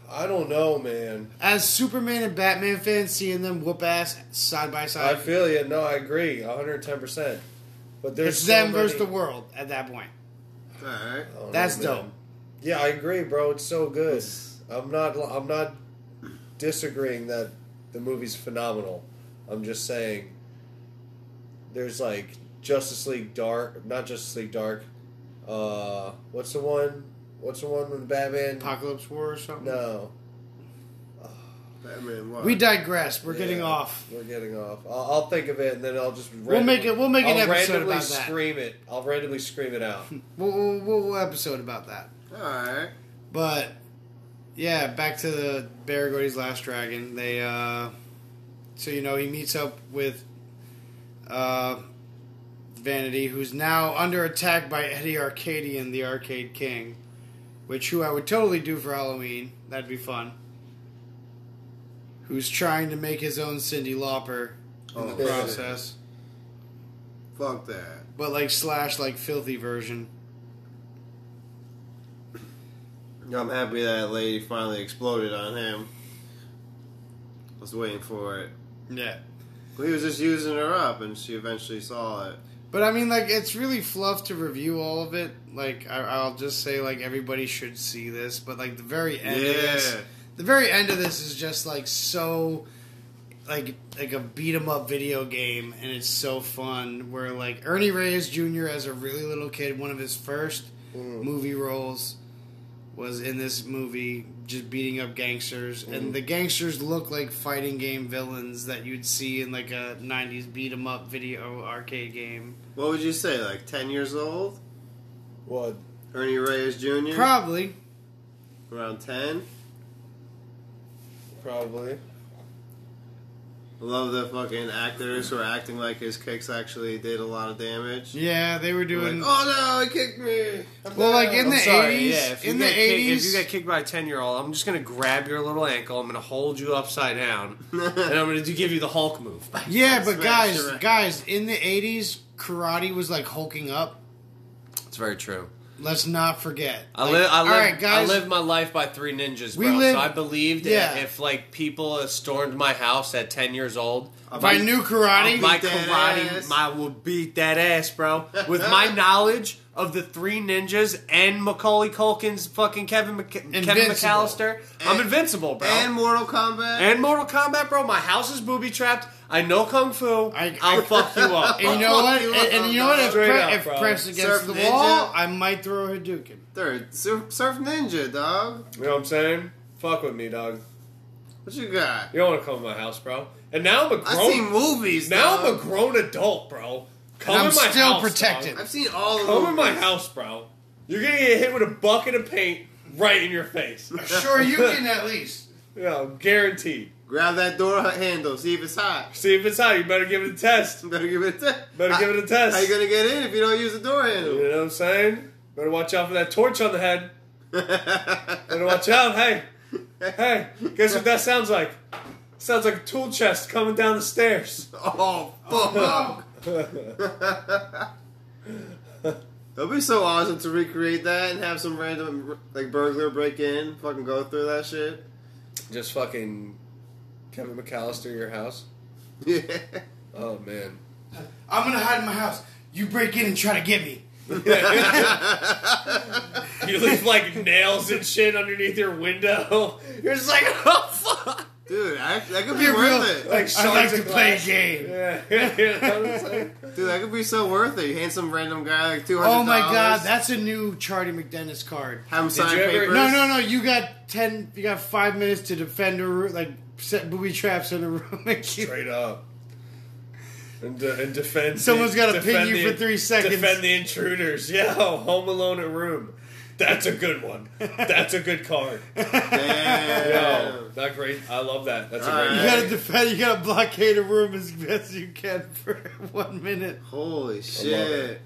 D: I don't know, man.
C: As Superman and Batman fans, seeing them whoop ass side by
D: I
C: side,
D: feel you. No, I agree. 110%. But there's
C: it's
D: so
C: them versus the
D: many-
C: world at that point.
E: All right.
D: I don't
C: That's
D: know, man.
C: dope.
D: Yeah, I agree, bro. It's so good. I'm not I'm not disagreeing that the movie's phenomenal. I'm just saying there's like Justice League Dark, not Justice League Dark. Uh what's the one? What's the one with Batman?
C: Apocalypse War or something.
D: No.
E: Batman. What?
C: We digress. We're getting
D: Yeah,
C: off.
D: We're getting off. I'll, I'll think of it and then I'll just. Randomly,
C: make it- we'll make an
D: I'll
C: episode
D: randomly
C: about that.
D: Scream it. I'll randomly scream it out.
C: We'll, we'll, we'll- we'll episode about that.
E: All right.
C: But yeah, back to the Baragordy's Last Dragon. They uh, so you know he meets up with uh, Vanity, who's now under attack by Eddie Arcadian, the Arcade King, which who I would totally do for Halloween. That'd be fun. Who's trying to make his own Cindy Lauper in
E: Oh,
C: the
E: shit.
C: process?
E: Fuck that.
C: but like slash like filthy version.
E: I'm happy that lady finally exploded on him. I was waiting for it.
C: Yeah.
E: Well, he was just using her up, and she eventually saw it.
C: But I mean, like, it's really fluff to review all of it. Like, I, I'll just say, like, everybody should see this. But like, the very end of this,
E: Yeah.
C: the very end of this is just like so, like, like a beat 'em up video game, and it's so fun. Where like Ernie Reyes Jr. as a really little kid, one of his first movie roles was in this movie just beating up gangsters and the gangsters look like fighting game villains that you'd see in like a 90s beat 'em up video arcade game
E: What would you say, like ten years old?
D: What?
E: Ernie Reyes Jr.
C: Probably.
E: around ten.
D: Probably.
E: Love the fucking actors who are acting like his kicks actually did a lot of damage.
C: Yeah, they were
E: Like,
C: doing.
E: oh no, he kicked me.
C: well, like in
D: I'm
C: the
D: sorry,
C: eighties,
F: Yeah, if you
C: in
F: get
C: the
F: kicked- if you
C: eighties,
F: get kicked by a ten year old, I'm just gonna grab your little ankle. I'm gonna hold you upside down, and I'm gonna do, give you the Hulk move.
C: yeah. But
E: Smash
C: guys,
E: the record.
C: guys, in the eighties, karate was like hulking up.
F: It's very true.
C: Let's not forget.
F: I
C: Like,
F: live. I live.
C: guys.
F: I lived my life by three ninjas,
C: We
F: bro.
C: live-
F: so I believed
C: yeah.
F: that if like people stormed my house at ten years old,
C: if I knew karate,
F: my
E: beat that ass.
F: karate, I would beat that ass, bro. With my knowledge of the three ninjas and Macaulay Culkin's fucking Kevin Mc- Kevin
C: Invincible.
F: McAllister, I'm
E: And-
F: invincible, bro.
E: And
F: And,
E: Mortal Kombat.
F: Mortal Kombat, bro. My house is booby trapped. I know kung fu.
C: I-
F: I, will fuck you up.
C: and you know
E: Fuck
C: what?
E: you
C: And,
E: up,
C: and you know what? If,
D: bro.
C: pre-
D: Straight up,
C: if
D: bro.
C: pressed against
E: Surf
C: the
E: Ninja.
C: wall, I might throw a Hadouken.
E: Third, surf, surf ninja dog.
D: You know what I'm saying? Fuck with me, dog.
E: What you got?
D: You don't want to come to my house, bro. And now I'm a
E: I've
D: grown.
E: seen movies.
D: now
E: dog.
D: I'm a grown adult, bro. Come
C: And I'm
D: in my
C: still
D: house,
C: protected.
D: dog.
E: I've seen all of
D: Come in my house, bro. You're gonna get hit with a bucket of paint right in your face.
C: Sure, you can at least.
D: yeah, guaranteed.
E: Grab that door handle. See if it's hot.
D: See if it's hot. You better give it a test.
E: Better give it a test.
D: Better give it a test.
E: How you gonna get in if you don't use the door handle?
D: You know what I'm saying? Better watch out for that torch on the head. Better watch out. Hey, hey, guess what that sounds like? Sounds like a tool chest coming down the stairs.
E: Oh fuck! It'd be so awesome to recreate that and have some random like burglar break in, fucking go through that shit.
D: Just fucking Kevin McAllister, your house.
E: Yeah.
D: Oh man.
C: I'm gonna hide in my house. You break in and try to get me.
D: You leave like nails and shit underneath your window. You're just like, oh fuck.
E: Dude, I, that could be
C: You're
E: worth
C: real-
D: Like
C: I like
D: shards
C: to
D: of
C: play a
D: glass.
C: game.
D: Yeah, you know what I'm saying?
E: it. Dude, that could be so worth it. You hand some random guy like two hundred.
C: Oh my god, that's a new Charlie McDennis card.
E: have him sign
D: you ever-
E: papers.
C: No, no, no. You got ten. You got five minutes to defend a room, like set booby traps in a room. And keep,
D: Straight up. And, uh, and defend.
C: Someone's gotta pin
D: defend
C: you
D: the-
C: for three seconds.
D: Defend the intruders. Yeah, Home Alone in Room. That's a good one. That's a good card.
E: Damn.
D: Yo, that great. I love that. That's a great.
E: Alright.
C: you gotta defend. You gotta blockade a room as best you can for one minute.
E: Holy shit!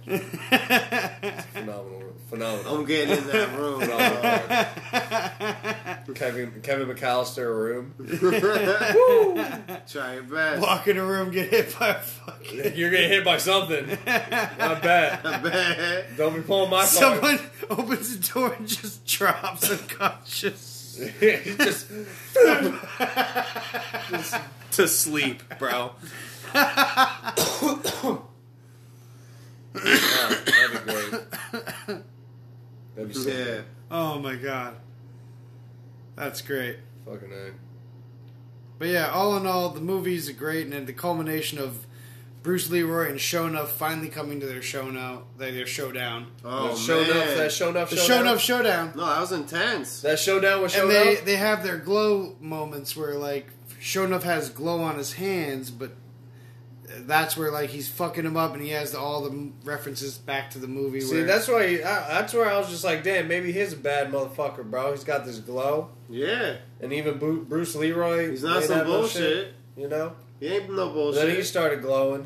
D: Phenomenal. Phenomenal.
E: I'm getting in that room. dog.
D: Phenomenal card. Kevin Kevin McAllister a room.
E: Try your best.
C: Walk in a room, get hit by a fucking
D: You're gonna hit by something. I bet.
E: Bad.
D: Don't be pulling my card.
C: someone opens the door and just drops unconscious.
D: just, just to sleep, bro. Yeah, that'd be great. That'd be so
E: Yeah.
D: good.
C: Oh my god, that's great.
D: Fucking name.
C: But yeah, all in all, the movies are great, and the culmination of Bruce Leroy and Shonuff finally coming to their show now, their their showdown,
E: Oh
D: showed
E: man.
D: up, that showed up,
C: the
D: showed
C: Shonuff
D: up.
C: showdown,
E: No, that was intense.
D: that showdown was
C: and
D: showed
C: they
D: up.
C: they have their glow moments where like Shonuff has glow on his hands, but that's where like he's fucking him up, and he has the, all the m- references back to the movie.
D: See,
C: where,
D: that's why. I, that's where I was just like, damn, maybe he's a bad motherfucker, bro. He's got this glow,
E: Yeah.
D: and even Bu- Bruce Leroy.
E: He's not
D: ain't
E: some
D: had no
E: bullshit.
D: shit, you know.
E: He ain't no
D: Then
E: bullshit.
D: he started glowing.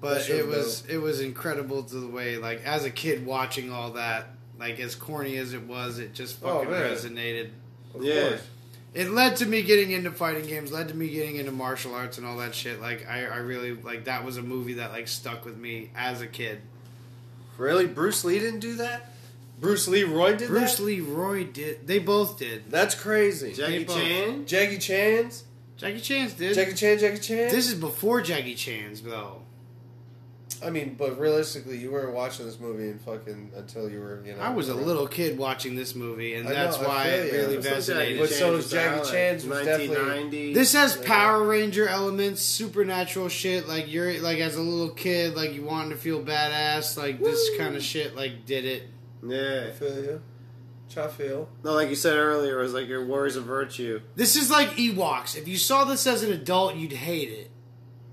C: but
D: That
C: it
D: show's
C: was it was incredible to the way like as a kid watching all that. Like as corny as it was, it just
D: Oh,
C: fucking
D: man.
C: resonated.
D: Of
E: Yeah.
D: course.
C: it led to me getting into fighting games led to me getting into martial arts and all that shit like i, I really like that was a movie that like stuck with me as a kid
D: Really, Bruce Lee didn't do that. Bruce Leroy did
C: bruce
D: that.
C: lee roy did they both did
D: That's crazy.
E: Jackie
C: People-
E: Chan?
D: Jackie Chan's.
C: Jackie Chan's did.
D: Jackie Chan, Jackie Chan.
C: this is before Jackie Chan's though.
D: I mean, but realistically, you weren't watching this movie and fucking until you were, you know.
C: I was a little kid watching this movie, and
D: I know,
C: that's
D: I
C: why
D: feel
C: it
D: ya.
C: really
D: It's
E: It's like
C: resonated.
D: But so is Jackie
E: out, like,
D: Chan's was definitely-
E: 1990.
C: This has Power Ranger elements, supernatural shit. Like you're like as a little kid, like you wanted to feel badass. Like this kind of shit, like did it.
E: Yeah.
D: I feel you. Which I feel.
E: No, like you said earlier, it was like your words of virtue.
C: This is like Ewoks. If you saw this as an adult, you'd hate it.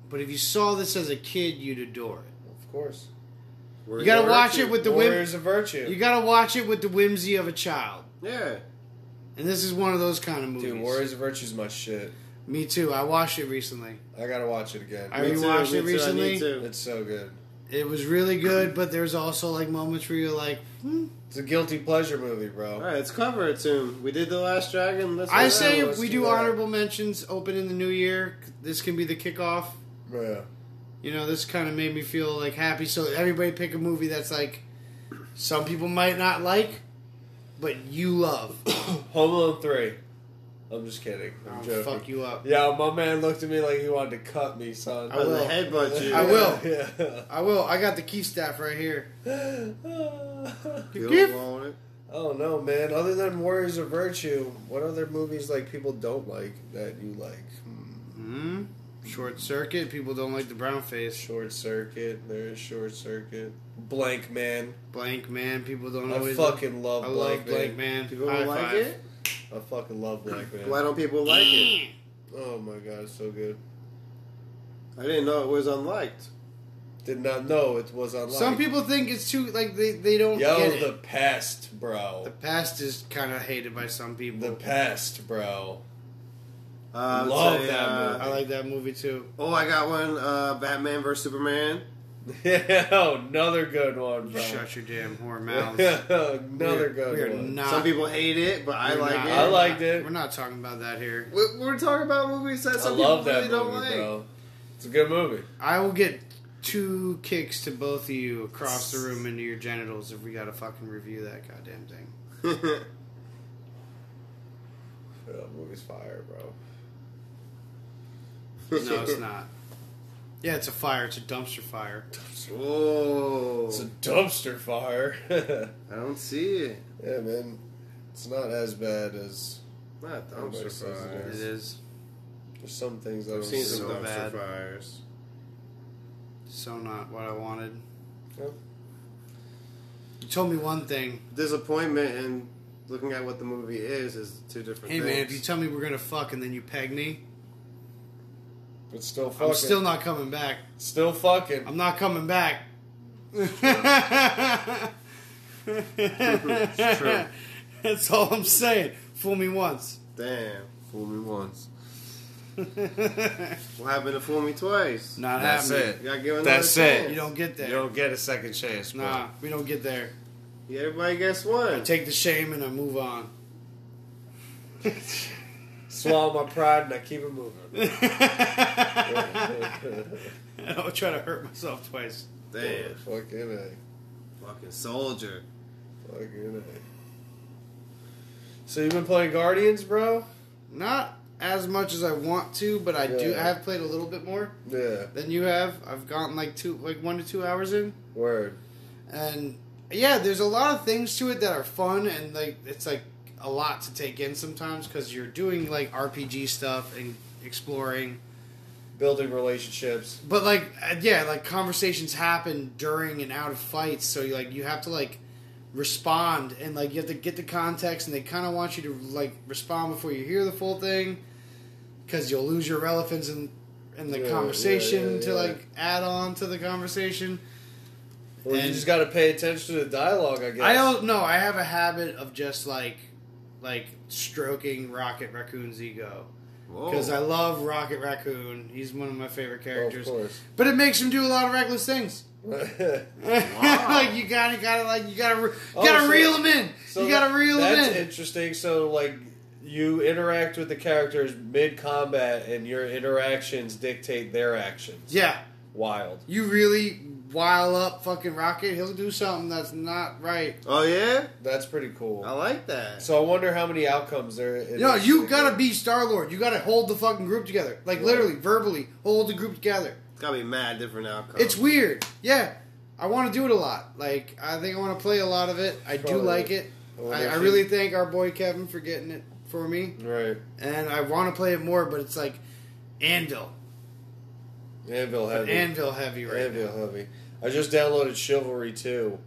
C: But if you saw this as a kid, you'd adore it.
D: Of course.
E: Words
C: You gotta
E: of
C: watch
E: virtue.
C: it with the whim-
D: Warriors of Virtue.
C: You gotta watch it with the whimsy of a child.
E: Yeah.
C: And this is one of those kind of movies.
D: Dude, Warriors of Virtue is my shit.
C: Me too. I watched it recently.
D: I gotta watch it again.
C: I
E: Me too,
C: rewatched
E: me
C: it
E: too, I
C: recently.
E: need to.
D: it's so good.
C: It was really good, but there's also like moments where you're like, hmm.
D: It's a guilty pleasure movie,
E: All
D: bro.
E: right, let's cover it soon. We did the Last Dragon. Let's
C: I
E: do
C: say
E: that.
C: if
D: let's
C: we
D: do
C: do
D: that.
C: honorable mentions open in the new year, this can be the kickoff.
D: Yeah.
C: You know, this kind of made me feel like happy. So everybody pick a movie that's like some people might not like, but you love.
D: Home Alone 3. I'm just kidding. I'm
C: I'll
D: joking.
C: Oh, fuck you up.
D: Yeah, my man looked at me like he wanted to cut me, son.
C: I
E: I'll
C: will.
E: headbutt you.
C: I will.
D: Yeah.
C: I will. I got the key staff right here.
E: You
C: Give-
E: don't want it.
D: oh no, man. Other than Warriors of Virtue, what other movies like people don't like that you like?
C: hmm Short circuit. People don't like the brown face.
D: Short Circuit. There is Short Circuit. Blank Man.
C: Blank man. People don't
D: I
C: always.
D: fucking love
C: I
D: Blank
C: love
D: Man.
C: blank man.
E: People
C: High
E: don't like
C: five.
E: it.
D: I fucking love Blank Man.
E: Why don't people like it?
D: Oh my god, it's so good.
E: I didn't know it was unliked.
D: Did not know it was on.
C: Some people think it's too like they they don't
D: Yo,
C: get it.
D: the pest, bro.
C: The past is kind of hated by some people.
D: The pest, bro.
E: Uh, I would
D: Love
E: say,
D: that
E: uh,
D: movie.
C: I like that movie too.
E: Oh, I got one. Uh, Batman vs Superman.
D: Yo, another good one, bro.
C: Shut your damn whore mouth.
D: another good
C: we are
D: one.
C: not.
E: Some people hate it, but I
C: we're
E: like
C: not-
E: it.
D: I liked it.
C: We're not talking about that here.
E: We're, we're talking about movies that
D: I
E: some
D: love
E: people
D: that
E: really
D: movie,
E: don't like.
D: bro. It's a good movie.
C: I will get two kicks to both of you across the room into your genitals if we gotta fucking review that goddamn thing.
D: Yeah, That movie's fire, bro.
C: No, it's not. Yeah, it's a fire. It's a dumpster fire.
E: Whoa!
D: It's a dumpster fire. yeah,
E: I don't see it.
D: man. It's not as bad as
E: Not
D: Everybody
E: dumpster
D: says it
C: It
E: fires.
C: is
D: there's some things I don't
E: I've seen
D: see.
E: some
C: so
E: dumpster
C: bad.
E: fires.
C: so not what I wanted.
D: Yeah.
C: You told me one thing.
E: Disappointment and looking at what the movie is is two different
C: Hey
E: things.
C: man, if you tell me we're gonna fuck and then you peg me,
D: It's still fucking.
C: I'm still not coming back.
D: still fucking.
C: I'm not coming back.
E: true.
C: That's all I'm saying. Fool me once.
E: Damn.
D: Fool me once.
E: What happened to fool me twice?
C: Not
D: That's
C: happening.
D: it.
E: You gotta give another
D: That's
E: chance.
D: it.
C: You don't get
D: You
C: there.
D: don't get a second chance, bro.
C: nah, we don't get there.
E: Yeah, Everybody gets one.
C: Take the shame and I move on.
D: Swallow my pride and I keep it moving.
C: I don't try to hurt myself twice.
E: Damn.
D: Fucking A.
E: Fucking soldier.
D: Fucking A. So you've been playing Guardians, bro?
C: Not as much as I want to, but I do.
D: Yeah.
C: I have played a little bit more
D: Yeah.
C: than you have. I've gotten like two, like one to two hours in.
D: Word.
C: and yeah, there's a lot of things to it that are fun, and like it's like a lot to take in sometimes because you're doing like RPG stuff and exploring.
D: Building relationships.
C: But like uh, yeah, like conversations happen during and out of fights, so you like you have to like respond and like you have to get the context, and they kind of want you to like respond before you hear the full thing because you'll lose your relevance in in the
D: Yeah, yeah,
C: conversation
D: yeah,
C: to
D: yeah.
C: like add on to the conversation.
D: Well, you
C: And-
D: just got to pay attention to the dialogue, I guess.
C: I don't know. I have a habit of just like, like stroking Rocket Raccoon's ego
E: Whoa.
C: because I love Rocket Raccoon. He's one of my favorite
D: Oh, of
C: characters.
D: course.
C: but it makes him do a lot of reckless things. like you gotta, gotta, like you gotta, re-
D: Oh,
C: gotta
D: so-
C: reel him in.
D: So
C: you gotta
D: that-
C: reel
D: That's
C: him in.
D: interesting. So, like, you interact with the characters mid combat, and your interactions dictate their actions.
C: Yeah,
D: Wild.
C: You really wile up fucking Rocket, he'll do something that's not right.
E: Oh yeah,
D: That's pretty cool.
E: I like that.
D: So I wonder how many outcomes there. Is
C: No, you gotta be Star Lord. You gotta hold the fucking group together. Like literally, verbally, hold the group together.
E: It's gotta be mad different outcomes.
C: It's weird. Yeah. I want to do it a lot. Like, I think I want to play a lot of it. I do
D: Probably.
C: like it.
D: Well,
C: I,
D: there
C: I
D: should-
C: really thank our boy Kevin for getting it for me.
D: right.
C: And I want to play it more, but it's like Anvil.
D: Anvil heavy.
C: Anvil heavy right
D: Anvil
C: now.
D: heavy. I just downloaded Chivalry too.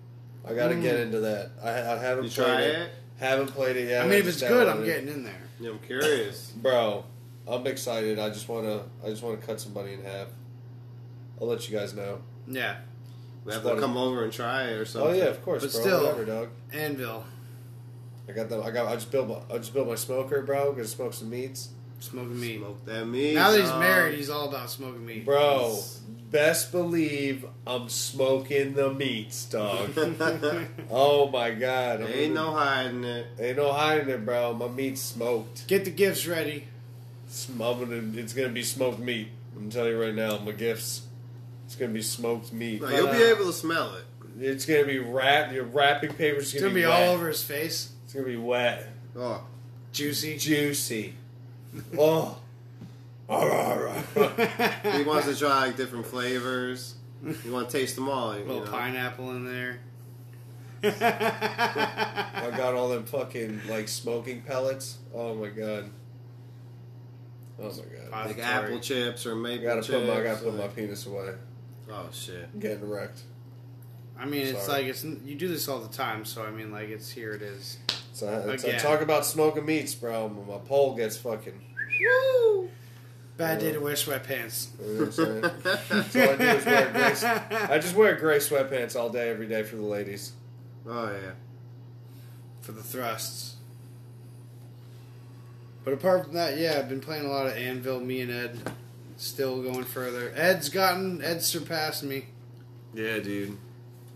D: I gotta
C: Mm.
D: get into that. I, I haven't
E: You
D: played
E: try
D: it.
E: it?
D: Haven't played it yet.
C: I mean, if
D: just
C: it's good, I'm
D: downloaded it.
C: getting in there.
E: Yeah, I'm curious.
D: Bro, I'm excited. I just wanna. I just wanna cut somebody in half. I'll let you guys know.
C: Yeah.
E: We have
D: funny.
E: to come over and try it or something.
D: Oh yeah, of course,
C: But
D: bro.
C: still-
D: Whatever, dog.
C: Anvil.
D: I got the. I got. I just built. My, I just built my smoker, bro. Gonna smoke some meats,
C: Smoking meat.
E: Smoke that meat.
C: Now that he's
E: son.
C: married, he's all about smoking meat.
D: bro. Best believe I'm smoking the meats, dog. oh my god, I'm
E: Ain't no
D: gonna-
E: hiding it.
D: ain't no hiding it, bro. My meat's smoked.
C: Get the gifts ready.
D: It's, I'm gonna, it's gonna be smoked meat. I'm telling you right now, my gifts. It's gonna be smoked meat.
E: No, you'll be
D: Uh,
E: able to smell it.
D: It's gonna be wrapped. Your wrapping paper's
C: It's
D: gonna,
C: going to be
D: wet.
C: all over his face.
D: It's gonna be wet,
E: Oh,
C: Juicy.
D: juicy. oh.
E: he wants to try like different flavors. You want to taste them all.
C: A
E: You
C: little
E: know?
C: pineapple in there.
D: I got all them fucking like smoking pellets. Oh my god. Oh my god.
E: Like
C: Sorry.
E: apple chips or
D: I
E: maple
D: gotta
E: chips.
D: put my I gotta put my
E: like-
D: penis away.
E: Oh shit.
D: I'm getting wrecked.
C: I mean, it's
D: Sorry.
C: like it's you do this all the time, so I mean, like it's here it is.
D: So I, it's- I
C: Again.
D: talk about smoking meats, bro. My- My pole gets fucking.
C: Bad day to
F: Um,
C: wear sweatpants.
D: You know what I'm saying? That's all I do is wear gray. s- I just wear gray sweatpants all day, every day for the ladies.
E: Oh yeah.
C: for the thrusts. But apart from that, yeah, I've been playing a lot of Anvil. Me and Ed still going further. Ed's gotten Ed's surpassed me.
F: Yeah, dude.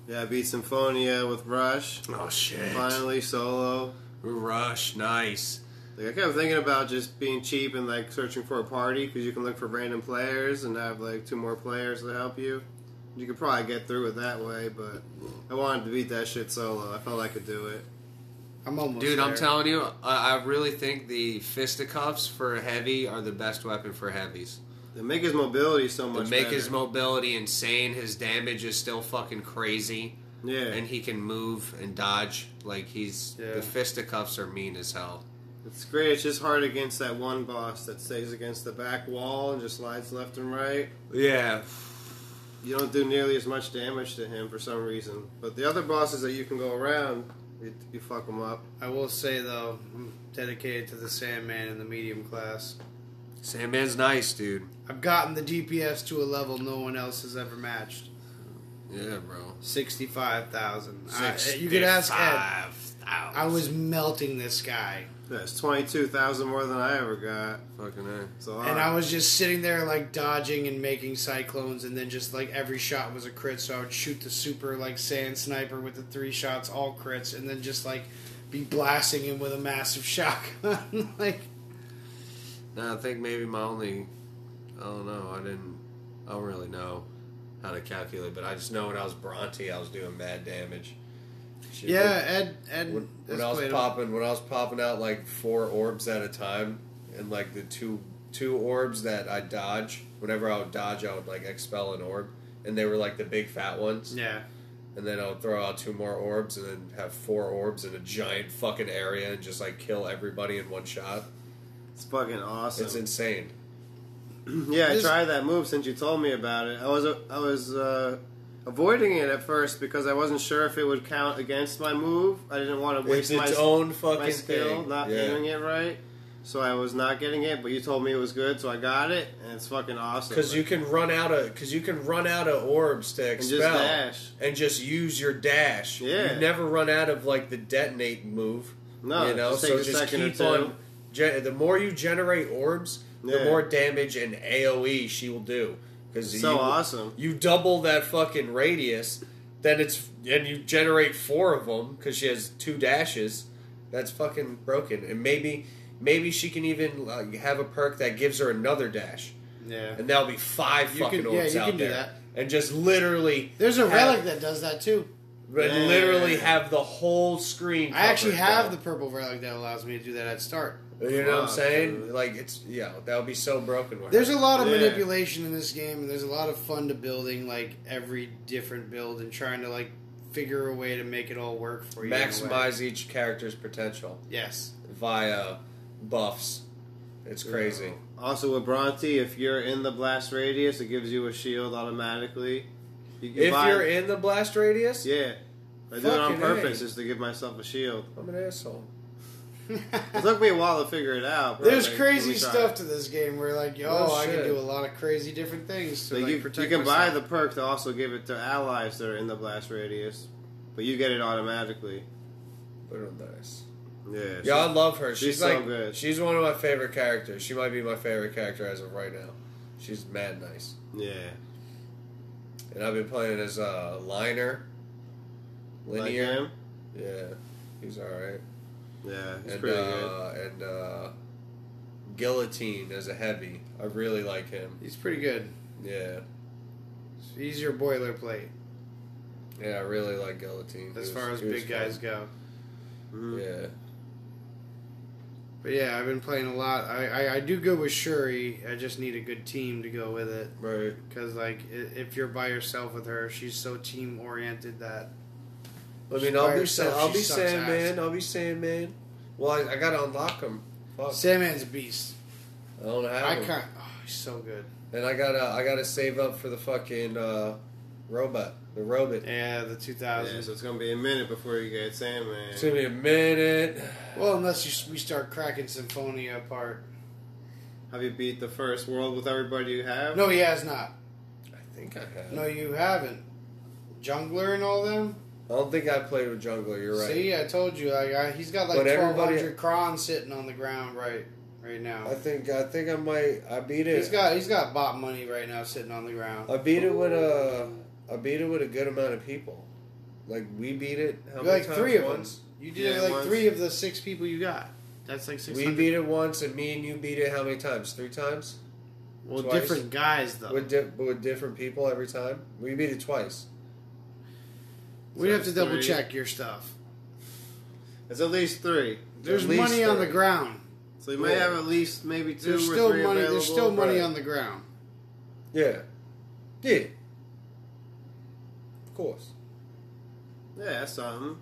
E: Yeah, I beat Symphonia with Rush.
F: Oh shit.
E: Finally solo.
F: Rush, nice.
E: Like I kept thinking about just being cheap and like searching for a party because you can look for random players and have like two more players to help you. You could probably get through it that way, but I wanted to beat that shit solo. I felt I could do it.
C: I'm almost
F: Dude, I'm
C: there.
F: telling you, I, I really think the fisticuffs for heavy are the best weapon for heavies.
E: They make his mobility so
F: To
E: much.
F: make
E: better.
F: his mobility insane, his damage is still fucking crazy,
E: yeah.
F: and he can move and dodge. Like he's
C: Yeah.
F: the fisticuffs are mean as hell.
E: It's great. It's just hard against that one boss that stays against the back wall and just slides left and right.
F: Yeah,
E: You don't do nearly as much damage to him for some reason. But the other bosses that you can go around, you, you fuck them up.
C: I will say though, I'm dedicated to the Sandman in the medium class.
F: Sandman's nice, dude.
C: I've gotten the DPS to a level no one else has ever matched.
F: Yeah, bro.
C: Sixty-five thousand. You could ask Ed. I was melting this guy,
E: That's twenty two thousand more than I ever got.
F: fucking a.
E: So
C: and I was just sitting there like dodging and making cyclones, and then just like every shot was a crit. So I would shoot the super like sand sniper with the three shots, all crits, and then just like be blasting him with a massive shotgun. like
F: Now I think maybe my only, I don't know. I didn't. I don't really know how to calculate, but I just know when I was Bronte, I was doing mad damage. Shit,
C: yeah, Ed. Ed.
D: When, when
C: has
D: I was
C: played a-
D: popping, when I was popping out like four orbs at a time, and like the two two orbs that I dodge, whenever I would dodge, I would like expel an orb, and they were like the big fat ones,
C: Yeah.
D: and then I would throw out two more orbs, and then have four orbs in a giant fucking area, and just like kill everybody in one shot.
E: it's fucking awesome.
D: It's insane.
E: yeah, I
C: This-
E: tried that move since you told me about it. I was I was uh, avoiding it at first because I wasn't sure if it would count against my move. I didn't want to
D: It's
E: waste
D: its
E: my
D: own fucking
E: my skill,
D: thing.
E: not
D: yeah.
E: doing it right. So I was not getting it, but you told me it was good, so I got it, and it's fucking awesome.
D: Because you can run out of because you can run out of orbs to
E: just
D: expel
E: dash.
D: and just use your dash.
E: Yeah.
D: you never run out of like the detonate move.
E: No,
D: you know,
E: just
D: so
E: takes a
D: just
E: second or
D: keep
E: two.
D: on. Gen- the more you generate orbs, the
E: Yeah.
D: more damage and AOE she will do. Because
E: So awesome.
D: you double that fucking radius, then it's and you generate four of them because she has two dashes. That's fucking broken. And maybe maybe she can even like, have a perk that gives her another dash.
C: Yeah.
D: and that'll be five
C: You
D: fucking
C: can- yeah,
D: orcs
C: you
D: out
C: can do
D: there,
C: that.
D: and just literally
C: There's a
D: have-
C: relic that does that too.
D: but
E: Yeah.
D: literally have the whole screen.
C: I actually
D: covered,
C: have the
D: bro.
C: purple relic that allows me to do that at start.
D: You know what I'm
E: Fuck,
D: saying?
E: dude.
D: Like it's yeah, that would be so broken. when-
C: There's a lot of
E: Yeah.
C: manipulation in this game, and there's a lot of fun to building like every different build and trying to like figure a way to make it all work for you. in a way.
D: maximize each character's potential
C: Yes.
D: via buffs. It's crazy.
E: Also with Bronte, if you're in the blast radius, it gives you a shield automatically. You can
D: If
E: buy-
D: you're in the blast radius,
E: yeah, I do it on
D: Fucking
E: purpose
D: A.
E: just to give myself a shield.
D: I'm an asshole.
E: It took me a while to figure it out. but,
C: There's
E: like,
C: crazy
E: we tried.
C: stuff to this game where like, yo,
D: Oh,
C: I can
D: shit.
C: do a lot of crazy different things to
E: Like,
C: like,
E: you,
C: protect
E: you can buy
C: myself.
E: the perk to also give it to allies that are in the blast radius, but you get it automatically.
D: But I'm nice.
E: Yeah. it's
D: Yeah, I
E: just-
D: love her. She's,
E: she's so
D: like
E: good.
D: she's one of my favorite characters. She might be my favorite character as of right now. She's mad nice.
E: yeah.
D: And I've been playing as a uh, liner.
E: Like
D: Linear.
E: him?
D: yeah. He's alright.
E: Yeah, he's
D: and
E: pretty good.
D: uh and uh Guillotine as a heavy. I really like him.
C: He's pretty good.
D: Yeah.
C: He's your boilerplate
D: Yeah, I really like Guillotine. He
C: as
D: was-
C: far as
D: he was
C: big guys
D: fun.
C: go.
E: Mhm.
D: Yeah.
C: But yeah, I've been playing a lot. I, I, I do go with Shuri. I just need a good team to go with it.
D: Right.
C: Because, like, i- if you're by yourself with her, she's so team oriented that.
D: I
C: She's
D: mean,
C: by
D: I'll be,
C: herself,
D: I'll
C: she
D: be
C: sucks
D: Sandman. I'll be Sandman. Well, I, I gotta unlock him. Fuck.
C: Sandman's a beast.
D: I don't have
C: I
D: him.
C: can't. Oh, he's so good.
D: And I gotta, I gotta save up for the fucking uh, robot, the robot.
C: Yeah, the
E: Yeah,
C: 2000s.
E: so it's gonna be a minute before you get Sandman.
D: It's gonna be a minute.
C: Well, unless you, s- we start cracking Symphonia apart.
E: Have you beat the first world with everybody you have?
C: No, he has not.
D: I think I have.
C: No, you haven't. Jungler and all them?
D: I don't think I played with Jungler. You're right.
C: See, I told you. I, I, he's got like
D: But everybody-
C: 1,200 kron sitting on the ground right right now.
D: I think, I think I might. I beat it.
C: He's got he's got bot money right now sitting on the ground.
D: I beat it with a, I beat it with a good amount of people. Like we beat it. How many
C: like
D: times?
C: three of
D: once?
C: them. You did
E: Yeah,
C: like
E: once.
C: three of the six people you got. That's like six
D: We
C: hundred.
D: beat it once, and me and you beat it. How many times? Three times.
C: well,
D: twice.
C: different guys though.
D: With di- with different people every time. We beat it twice.
C: We'd have to
E: it's
C: double
E: three.
C: check your stuff.
E: It's at least three.
C: There's
D: least
C: money on the
D: three.
C: ground.
E: So you may
D: Yeah.
E: have at least maybe two
C: There's
E: or
C: still
E: three
C: money.
E: available.
C: There's still money
D: right.
C: on the ground.
D: Yeah. Yeah. Of course.
E: Yeah, that's something.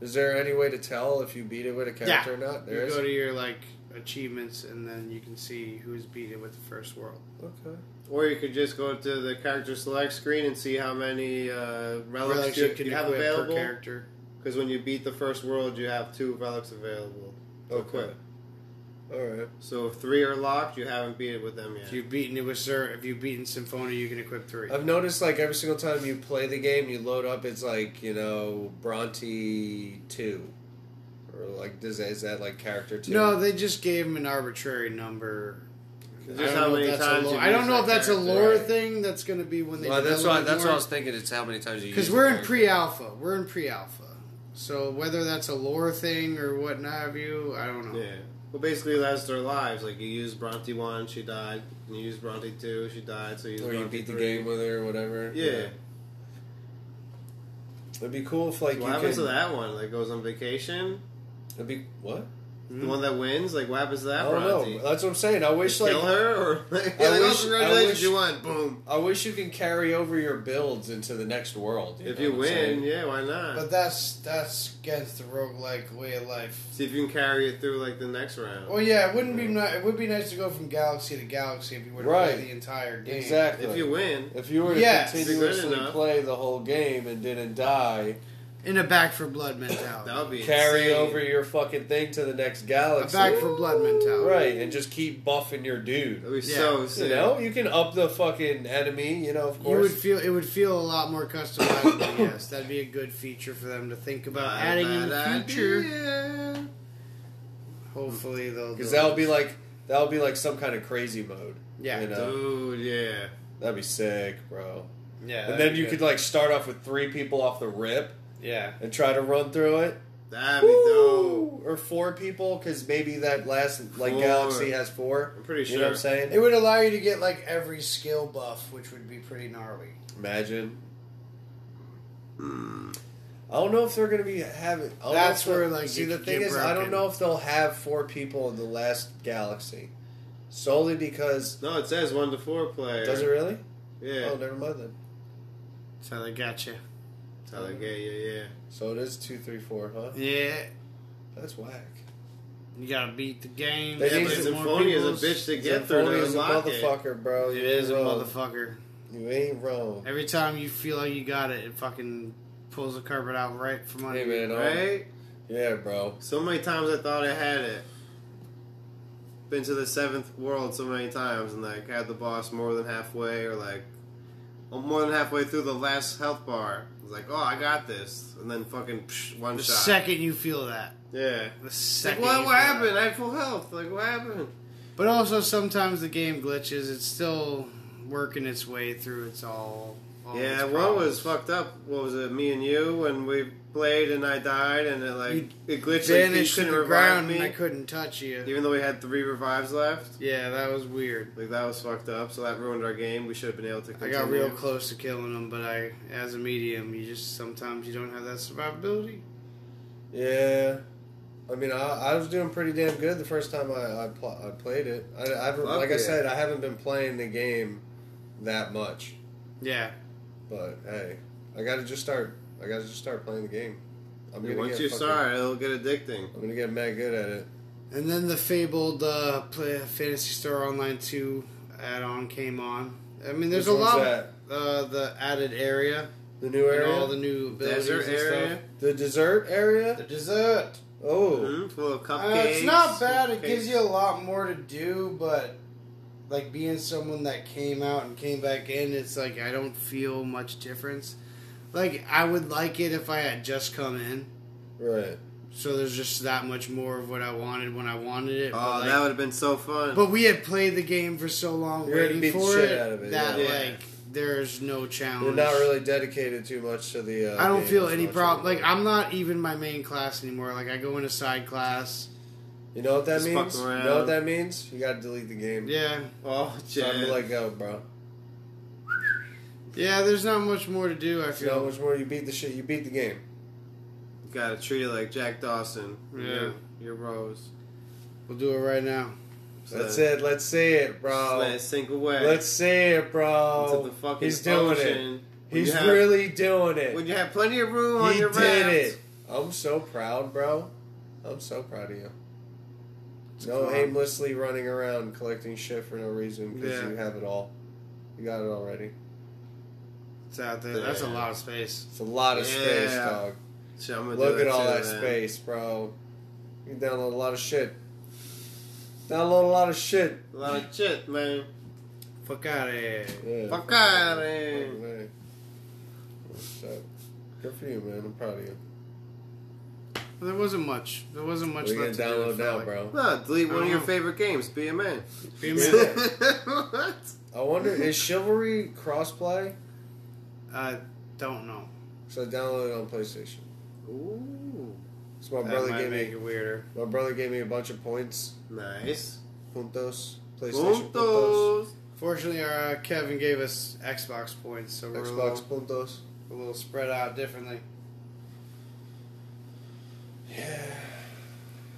D: Is there any way to tell if you beat it with a character or not? There
C: you
D: is.
C: go to your like achievements, and then you can see who's beat it with the first world.
D: okay.
E: Or you could just go to the character select screen and see how many uh, relics, you, you have
C: equip
E: available.
C: character.
E: Because when you beat the first world, you have two relics available. to
D: Okay.
E: equip.
D: All right.
E: So if three are locked, you haven't beat it with them yet.
C: If you've beaten it with Sir, if you've beaten Symphonia, you can equip three.
D: I've noticed like every single time you play the game, you load up. It's like you know Bronte two, or like does that, is that like character two?
C: No, they just gave him an arbitrary number.
E: It's
C: I
E: just
C: don't
E: how
C: know
E: many
C: if that's a
E: times
C: lore-
E: you
C: I don't
E: use
C: know
E: that
C: if that's a
E: character.
C: lore
D: right.
C: thing that's going to be when they.
F: Well, that's
C: develop
F: why.
C: it
F: That's what I
C: more.
F: was thinking. It's how many times you.
C: Because
F: use
C: we're
F: the
C: in
F: character.
C: pre-alpha. We're in pre-alpha. So whether that's a lore thing or what have you, I don't know.
E: Yeah. Well, basically, that's their lives. Like, you use Bronte 1, she died. And you use Bronte 2, she died. So you, use
D: Or you
E: Bronte
D: beat the
E: 3.
D: game with her, or whatever.
E: Yeah.
D: It'd be cool if like
E: What
D: you
E: happens
D: could-
E: to that one? Like, goes on vacation?
D: It'd be what?
E: The one that wins? Like, what happens to that
D: Mm-hmm. I don't
E: Bronte?
D: know. That's what I'm saying. I wish
E: Kill
D: like
E: her? Or, like, oh,
D: wish-
E: congratulations,
D: I wish-
E: you won. Boom.
D: I wish you can carry over your builds into the next world.
E: If
D: know
E: you
D: what I'm
E: win,
D: saying?
E: yeah, why not?
C: But that's that's against the roguelike way of life.
E: See if you can carry it through, like, the next round.
D: Oh,
C: Well, yeah, it wouldn't be. Ni- it would be nice to go from galaxy to galaxy if you were to
D: Right.
C: play the entire game.
D: exactly.
E: if you win.
D: If you were to
C: Yes.
E: Good
D: continuously
E: enough.
D: play the whole game and didn't die,
C: In a back for blood
E: That would
C: mentality.
E: be
D: carry
E: insane.
D: over your fucking thing to the next
C: a
D: galaxy.
C: back for blood mentality.
D: Right, and just keep buffing your dude.
E: That'd be
C: Yeah.
E: so
D: You
E: sick.
D: know, you can up the fucking enemy, you know, of
C: You would
D: course.
C: feel it would feel a lot more customizable. yes, that'd be a good feature for them to think about
E: Not a
C: adding in the
E: Uh, bad
C: future.
E: idea.
C: Hopefully they'll
D: Because
C: do it.
D: that would be like that would be like some kind of crazy mode.
C: Yeah.
D: You know?
E: Dude, yeah.
D: That'd be sick, bro.
C: yeah.
D: And then you could like start off with three people off the rip
C: yeah.
D: and try to run through it.
E: That'd be dope.
D: Ooh, Or four people, because maybe that last like
E: Four.
D: galaxy has four.
E: I'm pretty
D: You know what I'm
E: sure.
C: It
D: saying?
C: would allow you to get like every skill buff, which would be pretty gnarly.
D: Imagine. I don't know if they're gonna be having. I don't know
C: That's
D: if they'll-
C: where, like,
D: see
C: you
D: the
C: could
D: thing
C: get
D: is, I
C: broken.
D: don't know if they'll have four people in the last galaxy, solely because
E: No, it says one to four player.
D: does it really?
E: Yeah.
D: Oh, never mind then.
C: So they got you.
E: That's how they get you, yeah.
D: So it is two, three, four, huh?
C: Yeah,
D: That's whack.
C: you gotta beat the game.
D: They
E: Yeah,
D: need
E: but
D: to-
E: Symphonia is a bitch to get through
D: Zamboni
E: to
D: is a
E: unlock it.
D: motherfucker, bro.
C: It
D: You
C: is a
D: ain't wrong.
C: motherfucker.
D: You ain't wrong.
C: Every time you feel like you got it, it fucking pulls the carpet out right from under
D: Hey,
C: you.
D: man, I-
E: Right?
D: Yeah, bro.
E: So many times I thought I had it. Been to the seventh world so many times and like had the boss more than halfway or like well, more than halfway through the last health bar. I was like, oh, I got this, and then fucking psh, one
C: The
E: shot.
C: second you feel that,
E: yeah.
C: the
E: Like,
C: second.
E: what,
C: you
E: what
C: feel that.
E: happened? I had full health. Like, what happened?
C: But also sometimes the game glitches. It's still working its way through. It's all. all Oh, its
E: yeah, one
C: problems.
E: was fucked up. What was it? Me and you when we played and I died and it like
C: You
E: it glitched. Like, you
C: vanished to
E: couldn't
C: the
E: revive
C: ground
E: me,
C: and I couldn't touch you.
E: even though we had three revives left.
C: Yeah, that was weird.
E: Like that was fucked up. So that ruined our game. We should have been able to.
C: I
E: Continue.
C: got real close to killing him, but I, as a medium, you just sometimes you don't have that survivability.
D: Yeah. I mean, I, I was doing pretty damn good the first time I I, pl- I played it. I, I haven't-
E: Fuck
D: like
E: yeah.
D: I said, I haven't been playing the game that much.
C: Yeah,
D: But hey, I got to just start. I got to just start playing the game. I'm
E: Dude,
D: gonna
E: once
D: get
E: you
D: fucking-
E: start, it'll get addicting.
D: I'm gonna get mad good at it.
C: and then the fabled uh, play, Fantasy Star Online two add-on came on. I mean, there's
D: Which
C: a
D: one's
C: lot.
D: that?
C: Uh, the added area,
D: The new area,
C: and all the new abilities
E: Desert
C: and
E: area?
C: stuff.
D: the dessert
C: The
D: area.
C: dessert.
D: Oh,
E: Mm, full of
C: Uh,
E: cupcakes.
C: it's not bad. It gives
E: cupcakes.
C: you a lot more to do, but like being someone that came out and came back in, it's like I don't feel much difference. Like I would like it if I had just come in, Mm-hmm.
D: right.
C: so there's just that much more of what I wanted when I wanted it.
E: Oh,
D: Ah,
C: but, like-
E: that would have been so fun.
C: but we had played the game for so long
D: You already
C: waiting
D: beat the
C: for
D: shit
C: it,
D: out of it,
C: that
E: yeah.
C: like there's no
D: They're
C: challenge.
D: not really dedicated too much to the. Uh,
C: I don't
D: game
C: feel
D: as
C: any
D: much
C: problem. Like
D: anymore.
C: I'm not even my main class anymore. Like I go into side class.
D: You know what that
E: Just
D: means?
E: fucking
D: You
E: around.
D: know what that means? You gotta delete the game.
C: Yeah,
E: oh,
D: It's time
E: Jen.
D: to let go, bro.
C: yeah. There's not much more to do. I
D: You know how
C: feel.
D: much more you beat the shit. You beat the game.
E: gotta treat it like Jack Dawson.
C: Yeah.
E: Your- your rose.
C: We'll do it right now.
E: So
D: That's it. Let's see it,
E: Just let
D: bro.
E: it sink away.
D: Let's see it,
E: into
D: bro.
E: the fucking
D: He's doing it.
E: ocean. When you
D: He's
E: have-
D: really doing
E: When
D: it.
E: you have plenty of room on
D: He
E: your
D: did
E: raft.
D: it. I'm so proud, bro. I'm so proud of you. No
E: fun.
D: aimlessly running around collecting shit for no reason because
C: Yeah.
D: you have it all. You got it already.
C: It's out there. That's a lot of space.
D: It's a lot of space,
E: Yeah.
D: dog.
E: Shit, I'm gonna do
D: Look at
E: that
D: all that
E: too, man.
D: space, bro. You download a lot of shit. Download a lot of shit.
E: A lot of shit, man.
C: Fuck out of here.
D: Yeah.
E: Fuck out of here.
D: Fuck, man. So, Good for you, man. I'm proud of you.
C: There wasn't much. There wasn't much
D: What are you gonna
C: left to do.
D: download
C: it felt
D: now, bro?
E: No, delete one of your
C: Oh.
E: favorite games. Be a man.
C: like. Be a
D: Yeah.
C: man.
E: what?
D: I wonder is Chivalry crossplay?
C: I don't know.
D: So I downloaded it on PlayStation.
E: Ooh,
D: So my
C: That
D: brother
C: might
D: gave
C: make
D: me
C: it weirder.
D: my brother gave me a bunch of points.
E: nice.
D: Puntos. PlayStation puntos.
E: Puntos.
C: Fortunately, our uh, Kevin gave us Xbox points, so we're A,
D: Xbox
C: little,
D: puntos.
C: a little spread out differently.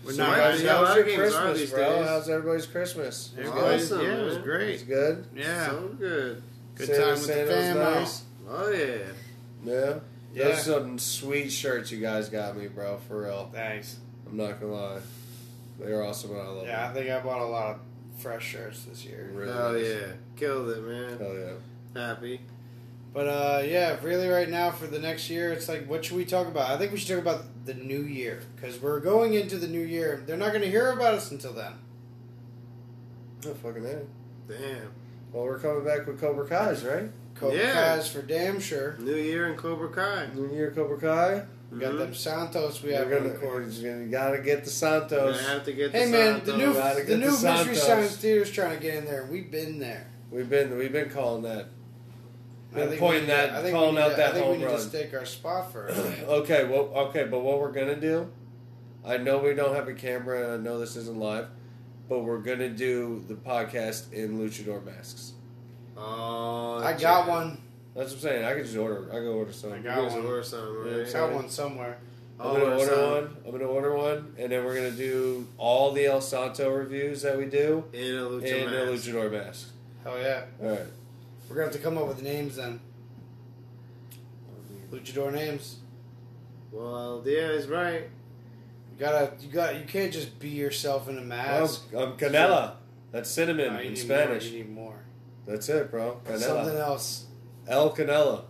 C: We're
E: So
C: not.
E: why
D: Guys,
E: is
C: Right.
E: Yeah, a
D: how
E: lot
D: was
E: of
D: your
E: games are
D: Christmas,
E: these
D: bro?
E: days.
D: How's everybody's Christmas? It was
E: Everybody's-
D: good.
E: awesome,
C: yeah, it was
E: man.
D: It was
C: great.
D: good.
C: Yeah,
E: So good.
C: good
D: Santa-
C: time with
D: Santa
C: the
D: was
C: family.
D: nice.
E: Oh yeah.
D: Yeah.
C: Yeah.
D: Those some sweet shirts you guys got me, bro, for real.
C: Thanks.
D: I'm not gonna lie. They're awesome and I love
C: Yeah, I
D: them.
C: think I bought a lot of fresh shirts this year.
D: Really
E: Oh
D: nice.
E: yeah. Killed it, man.
D: Hell yeah.
E: Happy.
C: But uh, yeah, really, right now for the next year, it's like, what should we talk about? I think we should talk about the new year because we're going into the new year. They're not going to hear about us until then.
D: Oh, fucking A.
E: Damn.
D: Well we're coming back with Cobra Kai's, right?
C: Cobra
E: Yeah.
C: Kai's for damn sure.
E: New Year and Cobra Kai.
D: New Year Cobra Kai.
C: We got
E: Mhm.
C: them Santos. We
D: We're
C: have
D: gonna,
C: on court.
D: you gotta get the
E: Gonna
D: Santos.
E: have to get.
C: Hey
E: the
C: man, the new
E: Santos.
D: Gotta
C: the
D: get
C: new
D: the
C: Mystery
D: Santos.
C: Science Theater's trying to get in there. We've been there.
D: We've been we've been calling that. Been
C: think
D: pointing
C: we need to-
D: that-
C: I think we
D: calling
C: need
D: out
C: to-
D: that
C: I think
D: home
C: we need
D: run.
C: to stake our spot for it.
D: Okay, well, okay, but what we're gonna do? I know we don't have a camera, and I know this isn't live, but we're gonna do the podcast in luchador masks.
E: Oh,
C: I got
E: yeah.
C: one.
D: That's what I'm saying. I can just order. I can order some.
C: I
E: You
C: got
E: guys
C: one.
E: order some,
D: Yeah,
E: right?
C: I got one somewhere.
D: I'm
E: I'll
D: gonna
E: order
D: order
E: some.
D: one. I'm gonna order one, and then we're gonna do all the El Santo reviews that we do
E: In a
D: in a
E: lucha mask.
D: luchador mask.
C: Hell yeah.
D: All right.
C: We're gonna have to come up with names then. Luchador names.
E: Well, yeah, he's right.
C: You gotta, you got, you can't just be yourself in a mask.
D: Well, um, Canela. That's cinnamon
C: No, you
D: Oh, in
C: need
D: Spanish.
C: More, you need more.
D: That's it, bro.
C: Something
D: Canela.
C: else.
D: El Canela.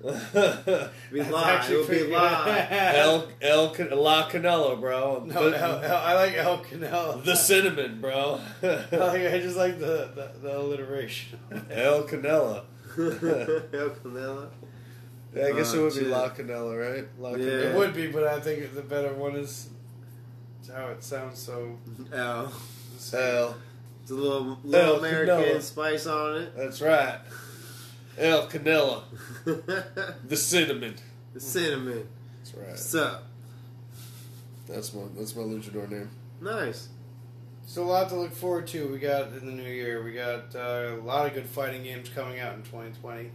E: We
C: That's
E: live.
C: actually
E: It'll be
C: pretty-
E: live.
D: El El Can- La Canelo, bro.
C: No,
D: the,
C: El, El, I like El Canelo.
D: the cinnamon, bro.
C: I, like, I just like the, the, the alliteration.
D: El Canelo.
E: El Canelo.
D: Yeah, I guess it
E: Oh,
D: would be
E: shit.
D: La Canelo, right? La
E: Yeah.
D: Canela.
C: It would be, but I think the better one is it's how it sounds so.
E: El.
D: El.
E: Oh, It's a little, little
C: Oh,
D: El
E: American
D: Canelo.
E: spice on it.
D: That's right. El Canelo. The cinnamon.
E: the cinnamon.
D: That's right.
E: What's up?
D: That's my that's my luchador name.
E: Nice.
C: It's a lot to look forward to. We got in the new year. We got uh, a lot of good fighting games coming out in 2020.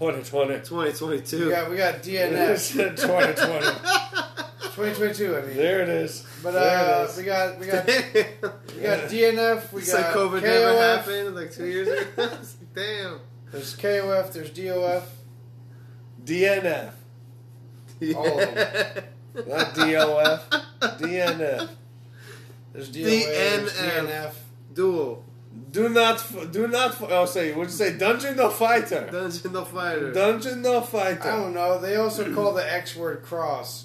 D: 2020.
E: 2022.
C: We got we got
D: Yes,
C: DNF
D: 2020.
C: 2022. I mean,
D: There it is.
C: but
D: there
C: uh,
D: it is.
C: we got we got
E: it's
C: we got DNF. We
E: like
C: got
E: COVID
C: KOF,
E: never happened. Like two years ago. It's like, Damn.
C: There's KOF. There's DOF.
D: DNF,
C: All of
D: not DOF. DNF.
C: There's DOA. There's
E: DNF.
C: DNF.
E: Duel.
D: Do not, f- do not. F- oh, say, what'd you say? Dungeon the fighter.
E: Dungeon the Fighter.
D: Dungeon the
C: I
D: Fighter.
C: don't know. They also call the X word cross.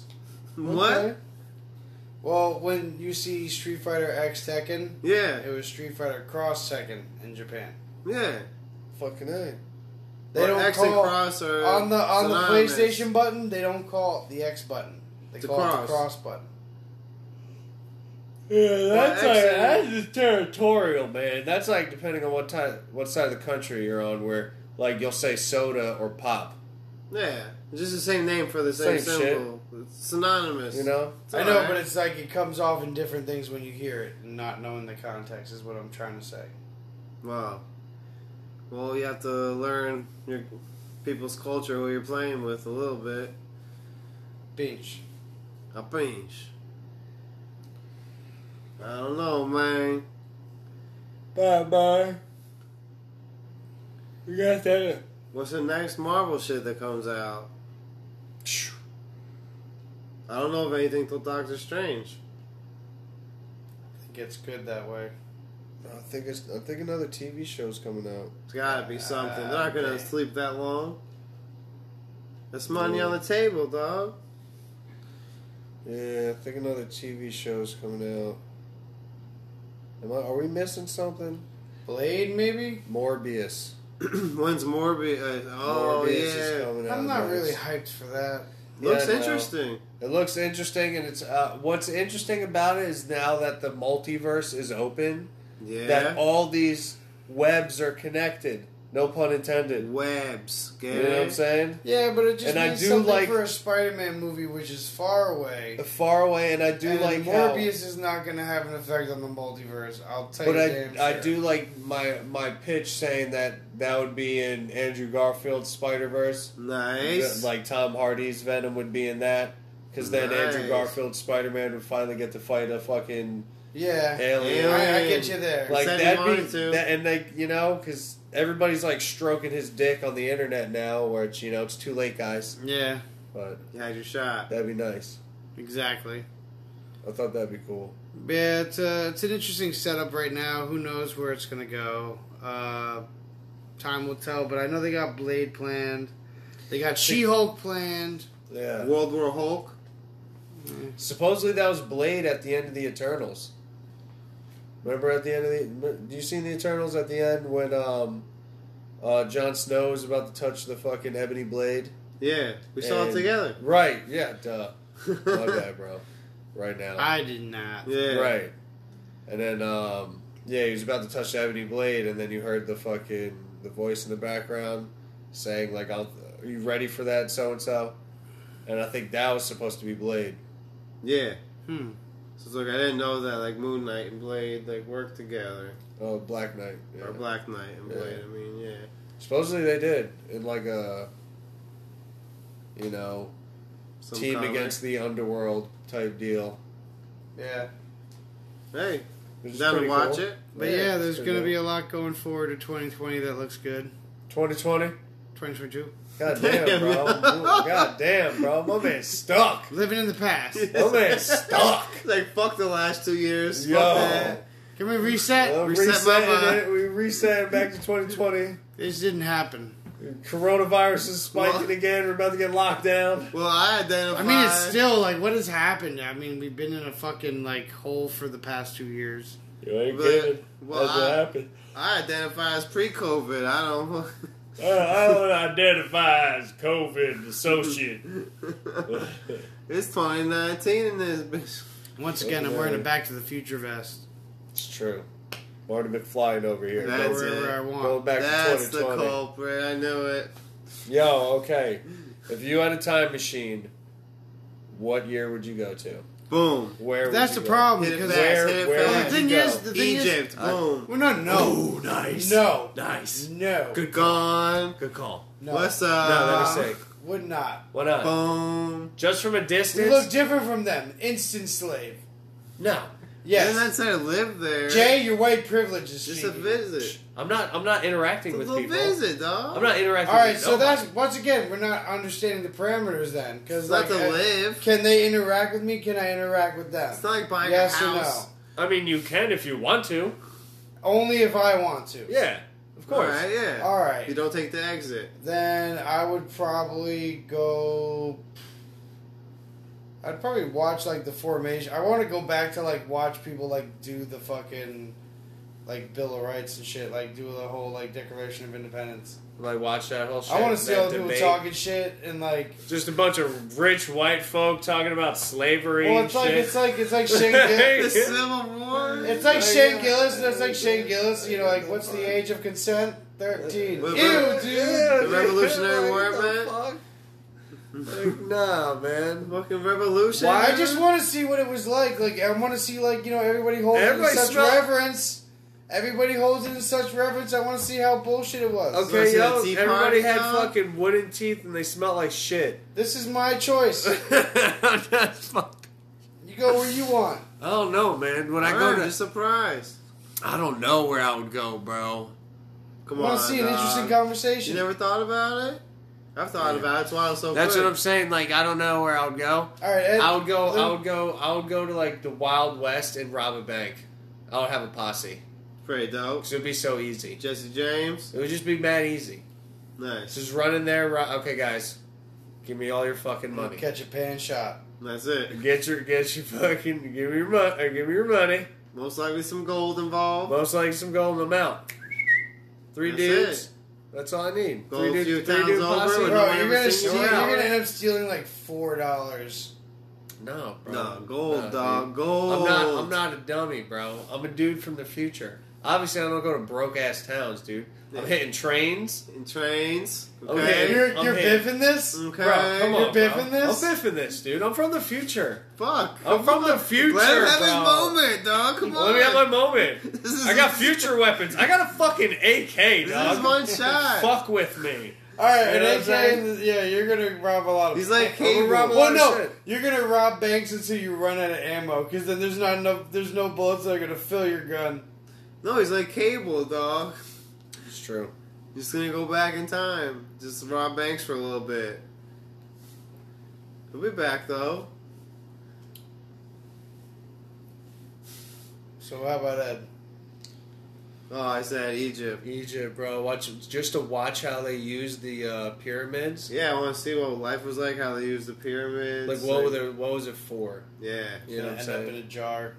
E: what?
C: Okay. Well, when you see Street Fighter X Tekken, it
E: Yeah.
C: was Street Fighter Cross Tekken in Japan.
E: Yeah.
D: Fucking A.
C: They
E: Or
C: don't
E: X and
C: call
E: Cross or
C: on the on the
E: synonymous.
C: PlayStation button. They don't call it the X button. They
E: It's a
C: call it the
E: cross.
C: cross button.
D: Yeah, that's like,
E: actually-
D: that's just territorial, man. That's like depending on what time, what side of the country you're on, where like you'll say soda or pop.
E: Yeah, just the same name for the same,
D: Same shit.
E: symbol. It's synonymous.
D: You know,
E: It's
C: I know,
E: alright.
C: but it's like it comes off in different things when you hear it, and not knowing the context is what I'm trying to say.
E: wow. Well, you have to learn your people's culture who you're playing with a little bit.
C: Beach.
E: I pinch. I don't know, man.
D: bye bye. You got that.
E: What's the next Marvel shit that comes out? I don't know of anything till Doctor Strange.
C: It gets good that way.
D: I think it's, I think another TV show's coming out.
E: It's gotta be something. They're not
C: Okay.
E: gonna sleep that long. That's money on the table, dog.
D: Yeah, I think another TV show's coming out. Am I? Are we missing something?
C: Blade, maybe.
D: Morbius.
E: When's Morbius? Oh
D: Morbius is
E: yeah,
D: coming out.
C: I'm not
D: guys.
C: really hyped for that.
E: looks
D: Yeah, I know.
E: interesting.
D: It looks interesting, and it's uh, what's interesting about it is now that the multiverse is open,
E: Yeah.
D: that all these webs are connected. No pun intended.
E: Webs. Get
D: You know what I'm
E: it?
D: saying?
C: Yeah, but it just
D: And I
C: means
D: do
C: something
D: like-
C: for a Spider-Man movie, which is far away.
D: Far away, and I do
C: and
D: like how-
C: Morbius is not going to have an effect on the multiverse. I'll tell
D: but
C: you.
D: I
C: damn
D: I
C: sure.
D: do like my my pitch saying that that would be in Andrew Garfield's Spider Verse.
E: Nice.
D: Like Tom Hardy's Venom would be in that, because then Andrew
E: Nice.
D: Garfield's Spider Man would finally get to fight a fucking
C: Yeah,
D: alien.
E: Yeah.
C: I, I get you there.
D: like
E: Said he
D: that'd be
E: wanted to.
D: that, and like you know because everybody's like stroking his dick on the internet now where it's you know it's too late guys
C: yeah,
D: but
E: you had your shot.
D: that'd be nice
C: exactly.
D: i thought that'd be cool
C: Yeah, it's uh, it's an interesting setup right now. Who knows where it's going to go? Uh, time will tell. But I know they got Blade planned. They got She-Hulk planned.
D: yeah
E: World War Hulk.
D: supposedly that was blade at the end of the eternals remember at the end of the m- do you see the eternals at the end when um uh Jon snow is about to touch the fucking ebony blade
E: Yeah, we saw it
D: And-
E: together.
D: right yeah duh my bad bro right now
C: I did not.
E: yeah.
D: Right. And then, um, yeah, he was about to touch the Ebony Blade, and then you heard the fucking the voice in the background, saying like, I'll, "Are you ready for that?" So and so, and I think that was supposed to be Blade.
E: Yeah.
C: Hmm.
E: So it's like I didn't know that like Moon Knight and Blade like work together
D: Oh, Black Knight. yeah.
E: or Black Knight and
D: Yeah.
E: Blade. I mean, yeah.
D: Supposedly they did in like a, you know,
E: Some
D: team
E: comic.
D: against the underworld type deal. Yeah.
E: Hey,
D: Which is
E: down to
D: pretty
E: watch
D: cool.
E: it.
C: But yeah, there's
D: it's
C: going to
D: good.
C: be a lot going forward to 2020 that looks good.
D: 2020.
C: 2022.
D: God damn,
E: Damn.
D: bro. God damn, bro. My man's stuck.
C: Living in the past.
D: My man's stuck.
E: Like fuck the last two years.
D: Yo.
E: Fuck that.
C: Can we reset?
D: Well,
E: Reset my
D: resetting
E: mind.
D: it. We reset it back to 2020.
C: This didn't happen.
D: Coronavirus is spiking
E: Well-
D: again. We're about to get locked down.
E: Well, I identify.
C: I mean, it's still like what has happened. I mean, we've been in a fucking like hole for the past two years.
D: You ain't
E: But-
D: kidding.
E: well,
D: That's what
E: I-
D: happened.
E: I identify as pre-COVID. I don't.
D: I, I don't identify as COVID associate.
E: it's 2019 in this bitch.
C: Once again, I'm wearing a Back to the Future vest.
D: It's true. Marty McFlying over here.
E: That's
C: Go
D: Going-
C: wherever I want.
D: Going back
E: That's
D: to
E: the
D: 2020.
E: culprit. I knew it.
D: Yo, okay. If you had a time machine, what year would you go to?
E: Boom.
D: Where? would
C: That's
D: you
C: the
D: go?
C: problem
E: Hit it
C: because
E: fast,
D: Where?
E: hit it
D: Where?
E: fast.
D: would
C: The thing
D: you go?
C: is, the thing is,
E: Egypt. Boom.
C: well, no, no,
F: Oh, nice.
C: no,
F: Nice.
C: no,
E: Good uh, gone.
F: Good call.
C: no.
E: What's
D: no,
E: up?
D: that is sick.
C: Would not.
D: Why not?
E: Boom.
D: Just from a
C: We
D: distance.
C: look different from them. Instant slave.
D: no,
E: Didn't I
C: Yes.
E: say I live there?
C: Jay, your white privilege is
E: Just a
C: cheating.
E: visit.
D: I'm not. I'm not interacting
E: It's a
D: with
E: little
D: people.
E: visit, dog.
D: I'm not interacting.
C: All right,
D: with
C: so
D: nobody.
C: that's once again we're not understanding the parameters then because
E: It's not
C: like
E: to
C: I-
E: live.
C: Can they interact with me? Can I interact with them?
E: It's not like buying
C: yes
E: a
C: or
E: house.
D: I mean, you can if you want to.
C: no. Only if I want to.
D: Yeah, of course.
E: All right, yeah.
C: All right.
E: You don't take the exit.
C: then I would probably go. I'd probably watch like the formation. I want to go back to like watch people like do the fucking like Bill of Rights and shit, like do the whole like Declaration of Independence.
D: Like watch that whole. shit.
C: I want to see
D: that
C: all the people
D: debate.
C: talking shit and like.
D: Just a bunch of rich white folk talking about slavery.
C: Well,
D: and
C: it's like
D: shit.
C: it's like it's like Shane. Gill-
E: The Civil War.
C: It's like Shane Gillis, and it's like Shane Gillis. You know, like what's the age of consent? Thirteen. Ew,
E: Well,
C: dude.
E: The Revolutionary War, man.
F: Like, nah, man.
E: Fucking revolution.
C: Why? I just want to see what it was like. Like I want to see like you know everybody holds
F: Everybody
C: it in such
F: smell-
C: reverence. Everybody holds it in such reverence. I want to see how bullshit it was.
E: Wanna
F: Okay,
E: see
F: yo,
E: that tea
F: everybody
E: party
F: had
E: now?
F: fucking wooden teeth and they smelled like shit.
C: This is my choice.
F: That's fuck.
C: You go where you want.
F: I don't know, man. When I
E: All
F: go
E: right,
F: to,
E: just surprised.
F: I don't know where I would go, bro.
E: Come
C: I
E: on.
C: want to see an
E: dog.
C: interesting
E: You
C: conversation.
E: never thought about it? I've thought about it. That's why I was so
F: That's
E: good.
F: what I'm saying. Like, I don't know where I would go.
C: All right, Ed,
F: I would go. I
C: Lou-
F: would go. I would go to like the Wild West and rob a bank. I would have a posse.
E: Pretty dope.
F: 'Cause it'd be so easy.
E: Jesse James.
F: It would just be mad easy.
E: Nice.
F: Just run in there. Ro- okay, guys, give me all your fucking money.
C: catch a pan shot.
E: That's it.
F: Get your get your fucking give me your money. Give me your money.
E: Most likely some gold involved.
F: Most likely some gold in the mouth. Three
E: That's
F: dudes.
E: it.
F: That's all I need.
E: Go
F: three
E: a
F: dudes.
E: few
F: three
E: towns
F: dude
E: over
F: posse.
E: and
C: Bro,
E: no one
C: you're
E: ever
C: gonna
E: seen
C: steal,
E: you
C: you're
E: around.
C: gonna end up stealing like four dollars.
F: No, bro.
E: No, gold,
F: No,
E: dog.
F: dude.
E: Gold.
F: I'm not. I'm not a dummy, bro. I'm a dude from the future. Obviously, I don't go to broke ass towns, dude. I'm hitting trains.
E: In trains.
F: Okay,
E: Okay.
C: You're
F: I'm
C: you're
F: hit.
C: biffing this.
E: Okay.
F: Bro, come
C: You're
F: on,
C: biffing
F: bro.
C: this?
F: I'm biffing this, dude. I'm from the future.
E: Fuck.
F: I'm from the future,
E: Let him have
F: bro.
E: his moment, dog. Come on.
F: Let me have my moment.
E: This is-
F: I got future weapons. I got a fucking AK,
E: This
F: dog.
E: is one shot.
F: Fuck with me.
C: All right,
F: You know what I'm
C: and AKA, yeah, you're gonna rob a lot of.
E: He's like
C: I'm gonna
E: Cable.
C: rob a
F: Well,
C: lot
F: no.
C: of shit. you're gonna rob banks until you run out of ammo, because then there's not enough. There's no bullets that are gonna fill your gun.
E: No, he's like cable, dog.
F: It's true.
E: Just gonna go back in time. Just rob banks for a little bit. He'll be back though.
C: So how about that?
E: Oh, I said Egypt.
F: Egypt, bro. Watch just to watch how they use the uh, pyramids.
E: Yeah, I want to see what life was like. How they used the pyramids.
F: Like what were they, what was it for?
E: Yeah.
F: You know
C: Gonna
F: what I'm
C: end
F: saying?
C: up in a jar.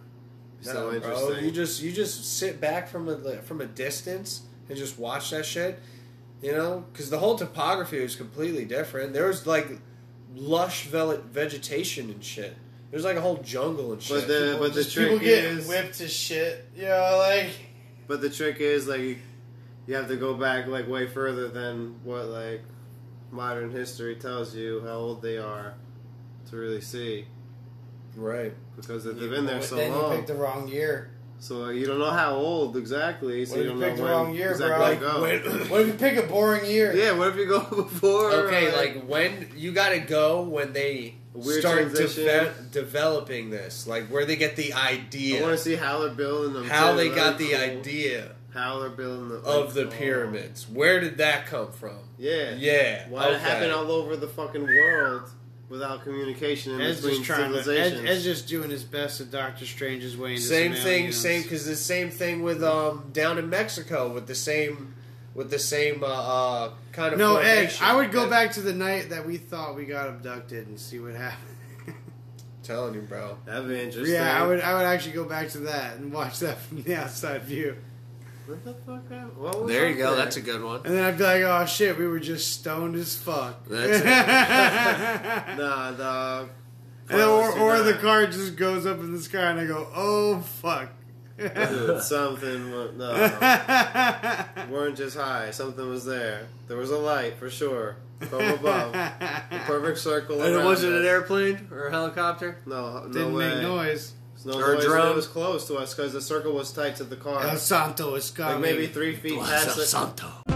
E: So
F: No, bro,
E: interesting.
F: you just you just sit back from a from a distance and just watch that shit. You know, because the whole topography was completely different. There was like lush ve- vegetation and shit. There's like a whole jungle and shit.
E: But the but the
C: Just people
E: trick
C: get
E: is
C: whipped to shit. You know, like
E: but the trick is like you have to go back like way further than what like modern history tells you how old they are to really see
D: Right.
E: because they've been there
C: But
E: so
C: then you
E: long.
C: picked the wrong year.
E: so you don't know how old exactly. So
C: What
E: you
C: if
E: don't
C: you
E: know
C: picked the
E: when
C: wrong year,
E: exactly
C: bro?
E: to go.
C: What if you pick a boring year?
E: yeah, what if you go before?
D: Okay, like when you gotta go when they
E: Weird
D: start
E: transition.
D: deve- developing this, like where they get the
E: I want
D: idea,
E: to see how they're building them.
D: how
E: too.
D: they
E: That'd
D: got
E: be
D: the
E: cool.
D: idea
E: How they're building the
D: of the
E: like, uh,
D: pyramids. Where did that come from?
E: Yeah.
D: Yeah,
E: Why did it
D: okay.
E: happen all over the fucking world without communication in
C: Ed's
E: between
C: just trying. To, Ed,
E: civilizations?
C: Ed's just doing his best to Doctor Strange's way into
D: Same
C: some
D: thing,
C: aliens.
D: same because the same thing with um down in Mexico with the same with the same uh, uh kind of
C: No, Ed,
D: formation.
C: I would go back to the night that we thought we got abducted and see what happened.
D: telling you, bro.
E: That'd be interesting.
C: yeah, I would. I would actually go back to that and watch that from the outside view,
E: What the fuck? happened? What was
D: There
E: up
D: you go. That's a good one.
C: and then I'd be like, "Oh shit, we were just stoned as fuck."
E: there? Nah, dog.
C: And then- or,
E: Close,
C: or
E: you're
C: the
E: not.
C: car just goes up in the sky, and I go, "Oh fuck."
E: Dude, something. wa- No, weren't just high. Something was there. There was a light for sure from above. A perfect circle.
D: And it
E: around
D: wasn't an
E: us.
D: airplane or a helicopter.
E: No, no
C: Didn't
E: way.
C: make noise.
E: There's No
D: Or a
E: noise,
D: drone.
E: and It was close to us because the circle was tight to the car.
C: El Santo is
E: like
C: coming.
E: maybe three feet past the
D: Santo.